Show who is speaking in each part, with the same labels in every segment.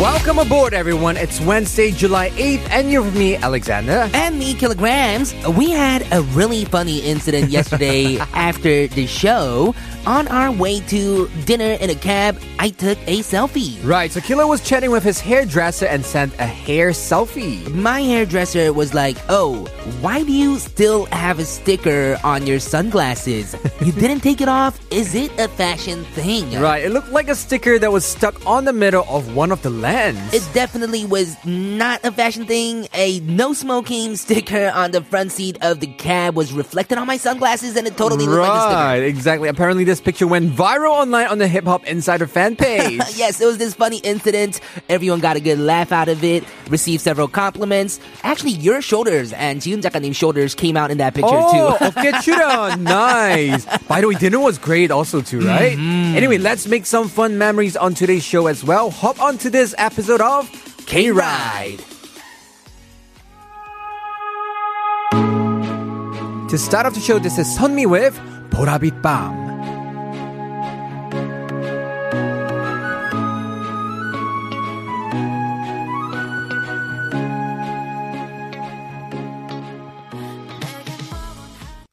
Speaker 1: Welcome aboard, everyone. It's Wednesday, July 8th, and you're with me, Alexander.
Speaker 2: and me kilograms we had a really funny incident yesterday after the show on our way to dinner in a cab i took a selfie
Speaker 1: Right, so Killer was chatting with his hairdresser and sent a hair selfie.
Speaker 2: my hairdresser was like oh why do you still have a sticker on your sunglasses you didn't take it off is it a fashion thing
Speaker 1: Right, it looked like a sticker that was stuck on the middle of one of the lens.
Speaker 2: it definitely was not a fashion thing. A no smoking sticker on the front seat of the cab was reflected on my sunglasses and it totally looked like a sticker.
Speaker 1: right, exactly. Apparently, this picture went viral online on the Hip Hop Insider fan page.
Speaker 2: yes, it was this funny incident. Everyone got a good laugh out of it, received several compliments. Actually, your shoulders and Jiun Jakanim shoulders came out in that picture
Speaker 1: Oh,
Speaker 2: too.
Speaker 1: Okechura, nice. By the way, dinner was great also too, right? Anyway, let's make some fun memories on today's show as well. Hop on to this episode of K-Ride. To start off the show, this is Sunmi with 보라빛 밤.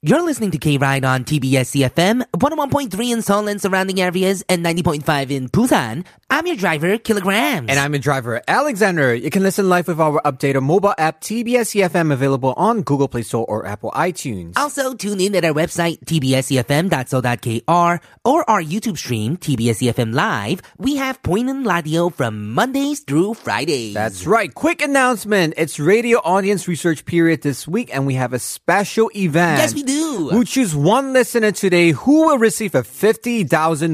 Speaker 2: You're listening to K Ride on TBS CFM, 101.3 in Seoul and surrounding areas, and 90.5 in Busan. I'm your driver, Kilograms.
Speaker 1: And I'm your driver, Alexander. You can listen live with our updated mobile app, TBS EFM, E available on Google Play Store or Apple iTunes.
Speaker 2: also, tune in at our website, tbscfm.so.kr, E or our YouTube stream, tbscfm live. We have Point and Ladio from Mondays through Fridays.
Speaker 1: That's right. Quick announcement. It's radio audience research period this week and we have a special event.
Speaker 2: Yes, we do.
Speaker 1: We'll choose one listener today who will receive a 50,000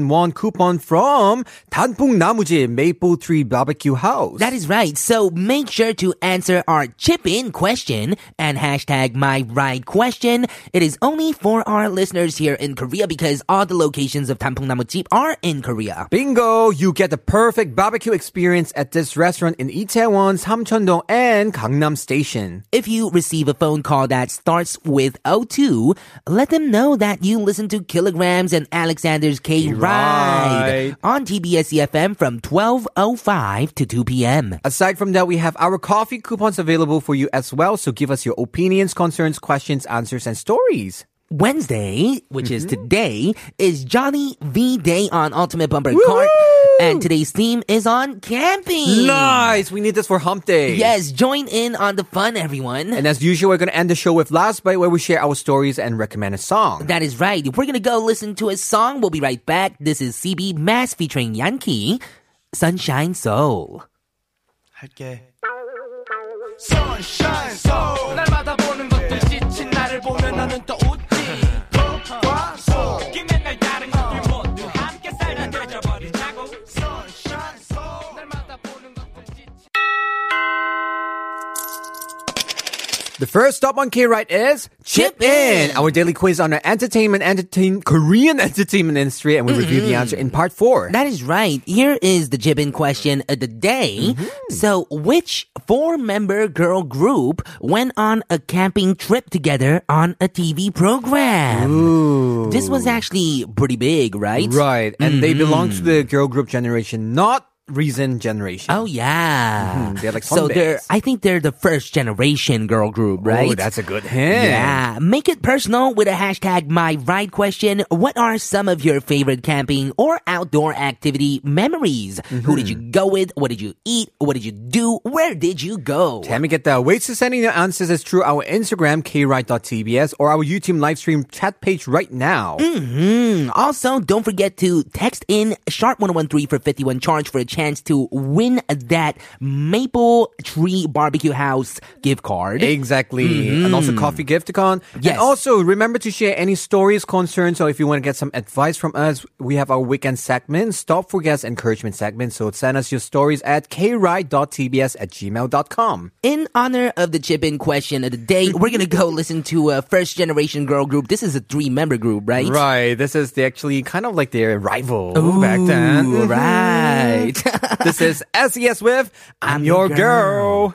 Speaker 1: won coupon from 단풍 나무집 Maple Tree Barbecue House.
Speaker 2: That is right. So make sure to answer our chip in question and hashtag my ride question. It is only for our listeners here in Korea because all the locations of Tampung Namujeep are in Korea.
Speaker 1: Bingo! You get the perfect barbecue experience at this restaurant in Itaewon, Samcheondong, and Gangnam Station.
Speaker 2: If you receive a phone call that starts with 02, let them know that you listen to Kilograms and Alexander's K
Speaker 1: Right.
Speaker 2: Ride on TBS EFM E from 12:05 to 2 p.m.
Speaker 1: Aside from that, we have our coffee coupons available for you as well. So give us your opinions, concerns, questions, answers, and stories.
Speaker 2: Wednesday, which is
Speaker 1: Mm-hmm.
Speaker 2: today, is Johnny V Day on Ultimate Bumper Cart. And today's theme is on camping.
Speaker 1: Nice! We need this for hump day.
Speaker 2: Yes, join in on the fun, everyone.
Speaker 1: And as usual, we're going to end the show with Last Bite, where we share our stories and recommend a song.
Speaker 2: that is right. We're going to go listen to a song. We'll be right back. This is CB Mass featuring Yankee, Sunshine Soul.
Speaker 3: 할게. Sunshine Soul. 날마다 보는 것들 지친 나를 보면 너는 또 웃지. 독과 속이 맨날 다른 것들 모두 함께 살다 되져버리자고. Sunshine Soul. 날마다 보는 것들 지친.
Speaker 1: The first stop on K Ride is Chip
Speaker 2: Chip In.
Speaker 1: In, our daily quiz on our entertainment, entertain Korean entertainment industry, and we review the answer in part four.
Speaker 2: That is Mm-hmm. right. Here is the Jibin question of the day.
Speaker 1: Mm-hmm.
Speaker 2: So, which four member girl group went on a camping trip together on a TV program? This was actually pretty big, right?
Speaker 1: right, and they
Speaker 2: Mm-hmm.
Speaker 1: belong to the girl group generation, not Reason generation.
Speaker 2: Oh yeah,
Speaker 1: Mhm, they're like
Speaker 2: so. They're
Speaker 1: Sunbays.
Speaker 2: I think they're the first generation girl group, right?
Speaker 1: Ooh, that's a good hint.
Speaker 2: Yeah, make it personal with a hashtag my ride question. What are some of your favorite camping or outdoor activity memories? Who did you go with? What did you eat? What did you do? Where did you go?
Speaker 1: Let me get the ways to sending your answers is through our Instagram, kride.tbs, or our YouTube live stream chat page right now.
Speaker 2: Mm-hmm. Also, don't forget to text in sharp 1013 for 51 charge for a chance to win that Maple Tree Barbecue House gift card.
Speaker 1: Exactly. And also coffee gifticon.
Speaker 2: Yes.
Speaker 1: And also remember to share any stories, concerns, or if you want to get some advice from us, we have our weekend segment, Stop for Gas Encouragement segment. So send us your stories at kride.tbs at gmail.com.
Speaker 2: In honor of the chip in question of the day, we're gonna go listen to a first generation girl group. This is a three member group, right?
Speaker 1: Right. This is the actually kind of like their rival back then.
Speaker 2: Ooh, right.
Speaker 1: this is SES with I'm, Your
Speaker 2: Your
Speaker 1: Girl.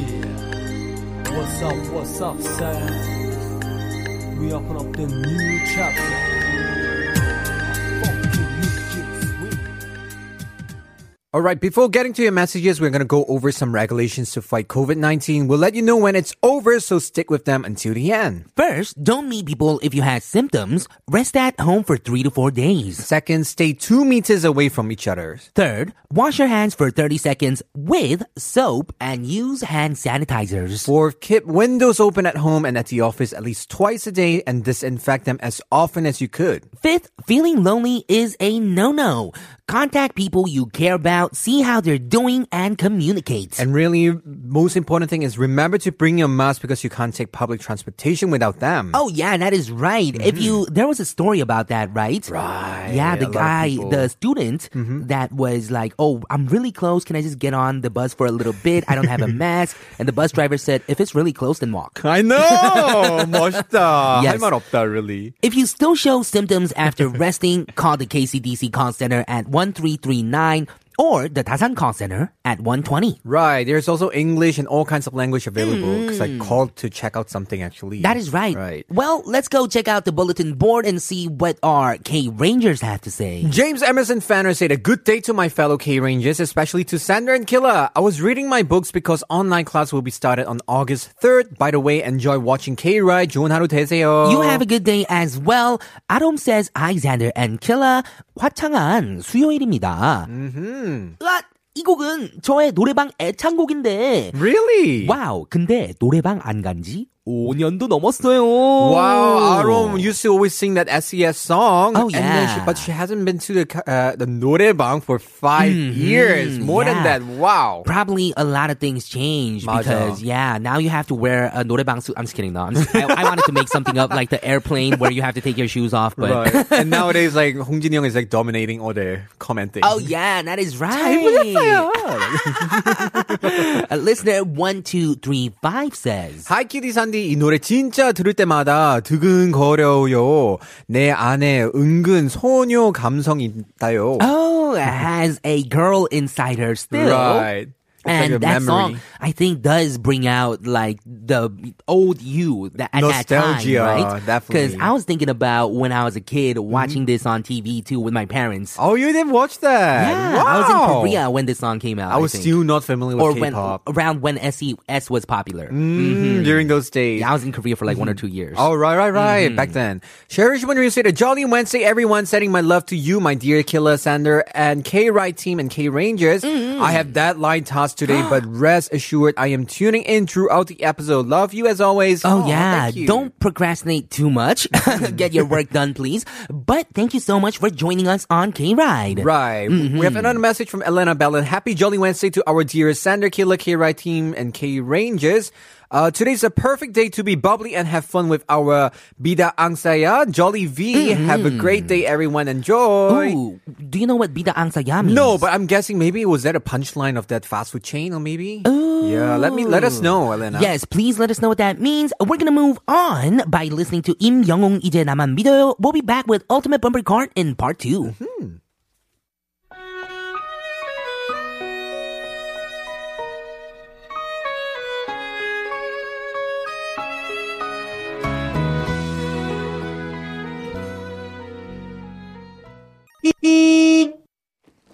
Speaker 4: Yeah. What's up, what's up, Sam? We open up the new chapter. Fuck you, you kids. We-
Speaker 1: All right, before getting to your messages, we're going to go over some regulations to fight COVID 19. We'll let you know when it's over, so stick with them until the end.
Speaker 2: First, don't meet people if you had symptoms. Rest at home for three to four days.
Speaker 1: Second, stay two meters away from each other.
Speaker 2: Third, wash your hands for 30 seconds with soap and use hand sanitizers.
Speaker 1: Fourth, keep windows open at home and at the office at least twice a day and disinfect them as often as you could.
Speaker 2: Fifth, feeling lonely is a no-no. Contact people you care about, see how they're doing, and communicate.
Speaker 1: And really, most important thing is remember to bring your mask because you can't take public transportation without them.
Speaker 2: Oh yeah, that is right. If you there was a story about that, right? Right. Yeah, the
Speaker 1: Mm-hmm. a lot of
Speaker 2: guy,
Speaker 1: people- Mm-hmm.
Speaker 2: the student that was like, "Oh, I'm really close. Can I just get on the bus for a little bit? I don't have a mask." And the bus driver said, "If it's really close, then walk."
Speaker 1: I know! 멋있다.
Speaker 2: Yes.
Speaker 1: 할말 없다, really.
Speaker 2: If you still show symptoms after resting, call the KCDC call center at 1339 or the Dasan call center at 120.
Speaker 1: Right. There's also English and all kinds of language available because I called to check out something actually.
Speaker 2: That is right.
Speaker 1: Right.
Speaker 2: Well, let's go check out the bulletin board and see what our K Rangers have to say.
Speaker 1: James Emerson Fanner said, A good day to my fellow K Rangers, especially to Sandra and Killa. I was reading my books because online class will be started on August 3rd. By the way, enjoy watching K Ride. 좋은 하루 되세요.
Speaker 2: You have a good day as well. Adam says, Alexander and Killa, 화창한 수요일입니다. 으아, 이 곡은 저의 노래방 애창곡인데.
Speaker 1: Really?
Speaker 2: 와우, 근데 노래방 안 간지 5년도 넘었어요.
Speaker 1: Wow, Arom used to always sing that SES song.
Speaker 2: Oh,
Speaker 1: And then she,
Speaker 2: yeah.
Speaker 1: but she hasn't been to the ca- uh, the 노래방 for 5 years. More than
Speaker 2: Mm-hmm. yeah.
Speaker 1: that. Wow.
Speaker 2: Probably a lot of things change
Speaker 1: 맞아.
Speaker 2: because yeah, now you have to wear a 노래방 suit. I'm just kidding, no. I'm just- I, I wanted to make something up like the airplane where you have to take your shoes off, but
Speaker 1: Right. and nowadays, like Hong Jin Young is like dominating all the commenting.
Speaker 2: Oh yeah, that is right. A listener one two three five says.
Speaker 1: 하이키디 산디 이 노래 진짜 들을 때마다 드근거려요. 내 안에 은근 소녀 감성 있다요.
Speaker 2: Oh, has a girl inside her still.
Speaker 1: Right. It's like
Speaker 2: And
Speaker 1: a
Speaker 2: that
Speaker 1: memory.
Speaker 2: song, I think, does bring out like the old you that, at
Speaker 1: Nostalgia,
Speaker 2: that time, right?
Speaker 1: definitely. Mm-hmm.
Speaker 2: Because I was thinking about when I was a kid watching this on TV too with my parents.
Speaker 1: Oh, you didn't watch that?
Speaker 2: yeah,
Speaker 1: wow.
Speaker 2: I was in Korea when this song came out.
Speaker 1: I
Speaker 2: I
Speaker 1: was
Speaker 2: think.
Speaker 1: still not familiar with
Speaker 2: or when Mm-hmm.
Speaker 1: K-pop
Speaker 2: around when SES was popular.
Speaker 1: Mm, during those days.
Speaker 2: Yeah, I was in Korea for like one or two years.
Speaker 1: Oh, right, right, right.
Speaker 2: Mm-hmm.
Speaker 1: Back then. Sherry Shimon said, A jolly Wednesday, everyone. Sending my love to you, my dear Killa Sander and K Ride team and K Rangers.
Speaker 2: Mm-hmm.
Speaker 1: I have that line task today, but rest assured, I am tuning in throughout the episode. Love you as always.
Speaker 2: Oh,
Speaker 1: Aw,
Speaker 2: yeah,
Speaker 1: thank you.
Speaker 2: don't procrastinate too much. Get your work done, please. But thank you so much for joining us on K Ride.
Speaker 1: Right.
Speaker 2: Mm-hmm.
Speaker 1: We have another message from Elena Bellin. Happy Jolly Wednesday to our dearest Sander, Killa, K Ride team, and K Rangers. Uh, today's a perfect day to be bubbly and have fun with our Bida Angsaya, Jolly V. Have a great day, everyone. Enjoy.
Speaker 2: Mm-hmm. Ooh, do you know what bida angsaya means?
Speaker 1: No, but I'm guessing maybe was that a punchline of that fast food chain or maybe? Yeah, let me let us know, Elena.
Speaker 2: Yes, please let us know what that means. We're gonna move on by listening to Im Young 이제 나만 믿어요. We'll be back with Ultimate Bumper Card in part 2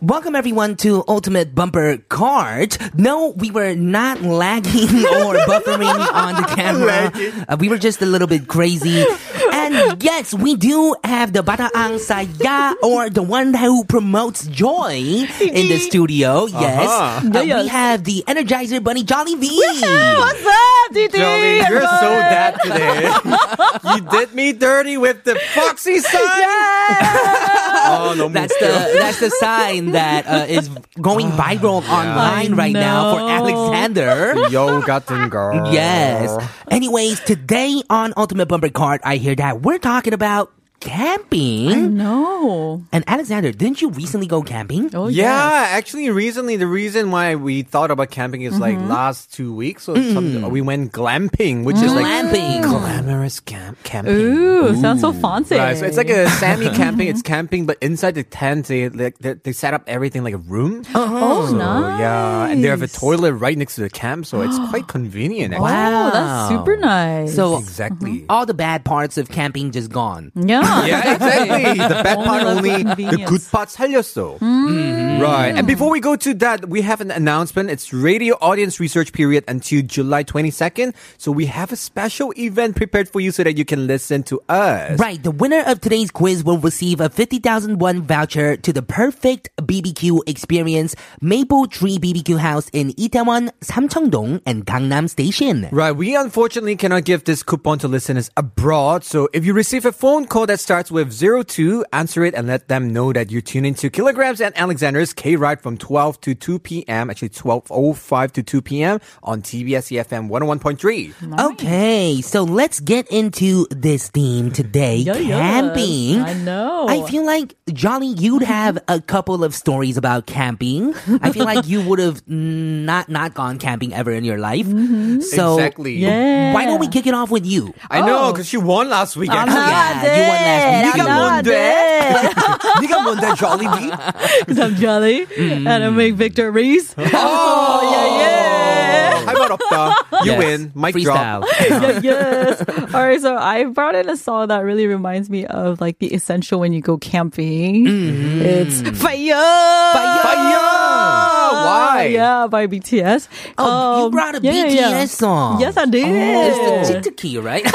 Speaker 2: Welcome everyone to Ultimate Bumper Card. No, we were not lagging or buffering on the camera. Uh, we were just a little bit crazy. And yes, we do have the Bataang Saya or the one who promotes joy in the studio. Yes.
Speaker 1: Uh-huh.
Speaker 2: Uh, we have the Energizer Bunny Jolly V.
Speaker 5: What's up, DD?
Speaker 1: Jolly, you're
Speaker 5: Hello.
Speaker 1: so dead today. you did me dirty with the foxy son.
Speaker 5: Yeah.
Speaker 1: 아, 너무
Speaker 2: That's the that's the sign that uh, is going viral online
Speaker 5: I
Speaker 2: right now for
Speaker 5: know.
Speaker 2: Alexander.
Speaker 1: Yo 같은 girl.
Speaker 2: Yes. Oh, Anyways, today on Ultimate Bumper Card, I hear that we're talking about camping.
Speaker 5: No.
Speaker 2: And Alexander, didn't you recently go camping?
Speaker 5: Oh,
Speaker 1: yeah,
Speaker 5: yes.
Speaker 1: actually, recently the reason why we thought about camping is like
Speaker 2: Mm-hmm.
Speaker 1: last two weeks. So some, we went glamping, which is like
Speaker 2: Glamping.
Speaker 1: glamorous camp camping.
Speaker 5: Ooh, sounds so fancy.
Speaker 1: Right, so it's like a semi camping. It's camping, but inside the tent, they like they, they set up everything like a room.
Speaker 5: oh,
Speaker 1: So,
Speaker 5: nice.
Speaker 1: Yeah, and they have a toilet right next to the camp, so it's quite convenient. Actually.
Speaker 5: Wow, Oh, Uh-huh. that's super nice.
Speaker 2: So
Speaker 1: Exactly.
Speaker 2: all the bad parts of camping just gone.
Speaker 5: yeah.
Speaker 1: Yeah, exactly. The bad
Speaker 5: Only
Speaker 1: part
Speaker 5: love
Speaker 1: only the
Speaker 5: convenience.
Speaker 1: good part 살렸어.
Speaker 5: Mm.
Speaker 1: Right. And before we go to that, we have an announcement. It's radio audience research period until July 22nd. So we have a special event prepared for you so that you can listen to us.
Speaker 2: Right, the winner of today's quiz will receive a 50,000 won voucher to the perfect BBQ experience, Maple Tree BBQ House in Itaewon, Samcheongdong, and Gangnam Station.
Speaker 1: Right, we unfortunately cannot give this coupon to listeners abroad. So if you receive a phone call that starts with 02, answer it and let them know that you tune into Kilograms and Alexander's K Ride from 12 to 2 p.m. Actually, 12.05 to 2 p.m. on TBS EFM 101.3.
Speaker 2: Okay, so let's get into this theme today,
Speaker 5: Yeah, yeah.
Speaker 2: camping.
Speaker 5: I know.
Speaker 2: I feel like Johnny, you'd
Speaker 5: Mm-hmm.
Speaker 2: have a couple of stories about camping. I feel like you would have not not gone camping ever in your life. So
Speaker 1: exactly.
Speaker 5: Mm-hmm. Yeah. Oh.
Speaker 2: why don't we kick it off with you?
Speaker 1: I know, because she won last week.
Speaker 2: Oh,
Speaker 1: actually.
Speaker 2: yeah, you won last week.
Speaker 1: 네가
Speaker 5: I'm not
Speaker 1: 뭔데? 네가 뭔데, Jollibee?
Speaker 5: Because I'm jelly
Speaker 1: Mm.
Speaker 5: and I make victories. Oh, yeah, yeah.
Speaker 1: 할 말 없다. You
Speaker 2: Yes.
Speaker 1: win. Mic
Speaker 2: Freestyle.
Speaker 1: drop.
Speaker 5: Yeah, yes. All right. So I brought in a song that really reminds me of like the essential when you go camping.
Speaker 1: Mm-hmm.
Speaker 5: It's fire, fire,
Speaker 1: Why?
Speaker 5: Yeah, by BTS.
Speaker 2: Oh, you
Speaker 5: Um,
Speaker 2: brought a
Speaker 5: yeah,
Speaker 2: BTS
Speaker 5: yeah, yeah.
Speaker 2: song. Oh.
Speaker 5: Yes, I did.
Speaker 2: It's the Chitaki, right?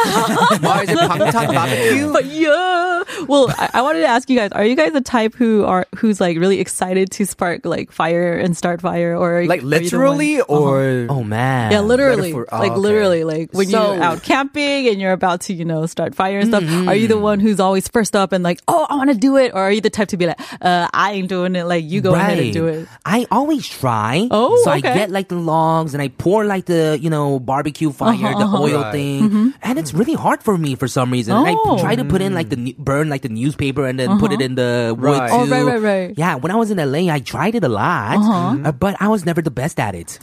Speaker 1: Why is it 방탄 barbecue?
Speaker 5: But yeah, well, I, I wanted to ask you guys: Are you guys the type who are who's like really excited to spark like fire and start fire, or
Speaker 1: Like
Speaker 5: are you the one- Uh-huh.
Speaker 1: literally or
Speaker 2: oh man.
Speaker 5: Yeah, literally,
Speaker 1: metaphor- oh,
Speaker 5: like
Speaker 1: okay.
Speaker 5: literally, like when
Speaker 2: So- Mm-hmm.
Speaker 5: you're out camping and you're about to you know start fire and stuff. Are you the one who's always first up and like, oh, I want to do it, or are you the type to be like, uh, I ain't doing it, like you go ahead and do it.
Speaker 2: I always try.
Speaker 5: Oh,
Speaker 2: so I
Speaker 5: okay.
Speaker 2: get like the logs and I pour like the you know barbecue fire,
Speaker 5: Uh-huh,
Speaker 2: the oil
Speaker 1: Right.
Speaker 2: thing, and it's really hard for me for some reason. And
Speaker 5: Mm-hmm. Oh. Uh-huh.
Speaker 2: I try to put in like the new- burn like the newspaper and then put it in the wood
Speaker 1: Right.
Speaker 5: Oh,
Speaker 2: too.
Speaker 5: right, right, Uh-huh. right.
Speaker 2: Yeah, when I was in LA, I tried it a lot, uh, but I was never the best at it.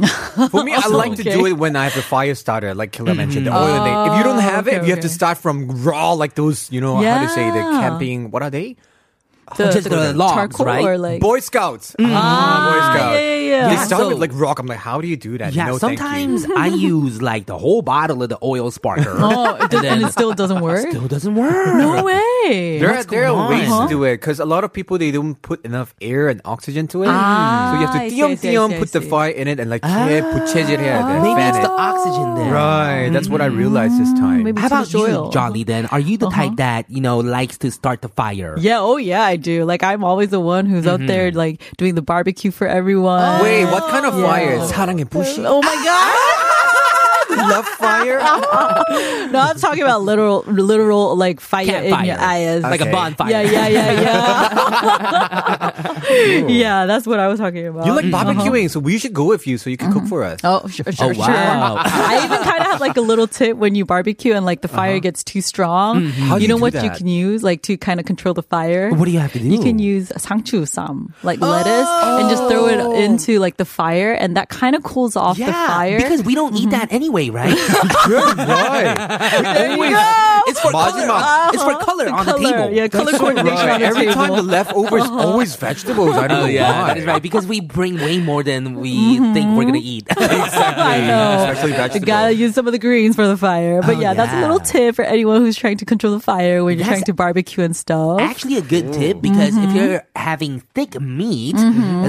Speaker 1: For me, I like to
Speaker 5: Okay. Mm-hmm.
Speaker 1: do it when I have the fire starter, like Killer mentioned, the oil thing. If you don't have it,
Speaker 5: Oh, okay,
Speaker 1: you have to
Speaker 5: okay.
Speaker 1: start from raw, like those, you know, how to say the
Speaker 5: Yeah.
Speaker 1: camping, what are they?
Speaker 5: The,
Speaker 2: Oh, Just the logs,
Speaker 5: charcoal
Speaker 2: right?
Speaker 5: or like Mm-hmm.
Speaker 1: Boy Scouts. Ah, Boy Scouts.
Speaker 5: yeah, yeah, yeah.
Speaker 1: They
Speaker 2: Yeah,
Speaker 1: start
Speaker 2: so-
Speaker 1: with like rock. I'm like, how do you do that?
Speaker 2: Yeah,
Speaker 1: no, thank you.
Speaker 2: sometimes I use like the whole bottle of the oil sparkler.
Speaker 5: oh, it does, and it still doesn't work.
Speaker 2: Still doesn't work.
Speaker 5: no way.
Speaker 1: There are,
Speaker 2: What's
Speaker 1: there are
Speaker 2: going
Speaker 1: ways
Speaker 2: on?
Speaker 5: Uh-huh.
Speaker 1: to do it because a lot of people they don't put enough air and oxygen to it,
Speaker 5: Ah,
Speaker 1: so you have to
Speaker 5: I see, I see, I
Speaker 1: 띄엄띄엄
Speaker 5: see, I
Speaker 1: put the
Speaker 5: see. Ah,
Speaker 1: fire in it and like 해, 부채질 해야 돼,
Speaker 2: Maybe
Speaker 1: fan
Speaker 2: it's the
Speaker 1: it.
Speaker 2: oxygen there.
Speaker 1: Right, that's what I realized this time.
Speaker 5: Mm-hmm. Maybe
Speaker 2: How
Speaker 5: too
Speaker 2: about
Speaker 5: much oil.
Speaker 2: you, Jolly? Then are you the type that you know likes to start the fire?
Speaker 5: Uh-huh. Yeah, oh yeah, I do. Like I'm always the one who's out there like doing the barbecue for everyone.
Speaker 1: Mm-hmm. Wait, what kind of
Speaker 5: Yeah.
Speaker 1: fire? 사랑의 불씨?
Speaker 5: Oh my god.
Speaker 1: Love fire?
Speaker 5: No, I'm talking about literal, literal like fire in your eyes.
Speaker 2: like a
Speaker 1: Okay.
Speaker 2: bonfire.
Speaker 5: Yeah, yeah, yeah, yeah. yeah, that's what I was talking about.
Speaker 1: You like barbecuing, so we should go with you so you can cook for us.
Speaker 5: Oh, sure, sure,
Speaker 2: wow.
Speaker 5: sure. I even kind of have like a little tip when you barbecue and like the fire
Speaker 2: Uh-huh.
Speaker 5: gets too strong.
Speaker 2: Mm-hmm.
Speaker 1: How do you
Speaker 5: You know
Speaker 1: do
Speaker 5: what you
Speaker 1: that?
Speaker 5: can use like to kind of control the fire?
Speaker 2: What do you have to do?
Speaker 5: You can use sangchu sam, like lettuce, and just throw it into like the fire, and that kind of cools off the
Speaker 2: Oh. Yeah,
Speaker 5: fire. Mm-hmm. Uh-huh.
Speaker 2: because we don't eat that anyway, right?
Speaker 1: right.
Speaker 5: you go.
Speaker 2: it's for color.
Speaker 1: 마지막.
Speaker 2: It's for color on the
Speaker 5: color,
Speaker 2: table.
Speaker 5: yeah, color coordination.
Speaker 1: Right.
Speaker 5: on the
Speaker 1: Every
Speaker 5: table.
Speaker 1: time the leftovers always vegetables. I don't
Speaker 2: Oh
Speaker 1: know
Speaker 2: yeah,
Speaker 1: why.
Speaker 2: that is right. Because we bring way more than we
Speaker 5: Mm-hmm.
Speaker 2: think we're gonna eat.
Speaker 5: I know.
Speaker 1: Especially
Speaker 5: You gotta
Speaker 1: vegetables.
Speaker 5: use some of the greens for the fire. But
Speaker 2: Oh,
Speaker 5: yeah, that's a
Speaker 2: yeah.
Speaker 5: little tip for anyone who's trying to control the fire when you're
Speaker 2: Yes.
Speaker 5: trying to barbecue and stuff.
Speaker 2: Actually, a good tip because
Speaker 5: Mm-hmm.
Speaker 2: if you're having thick meat,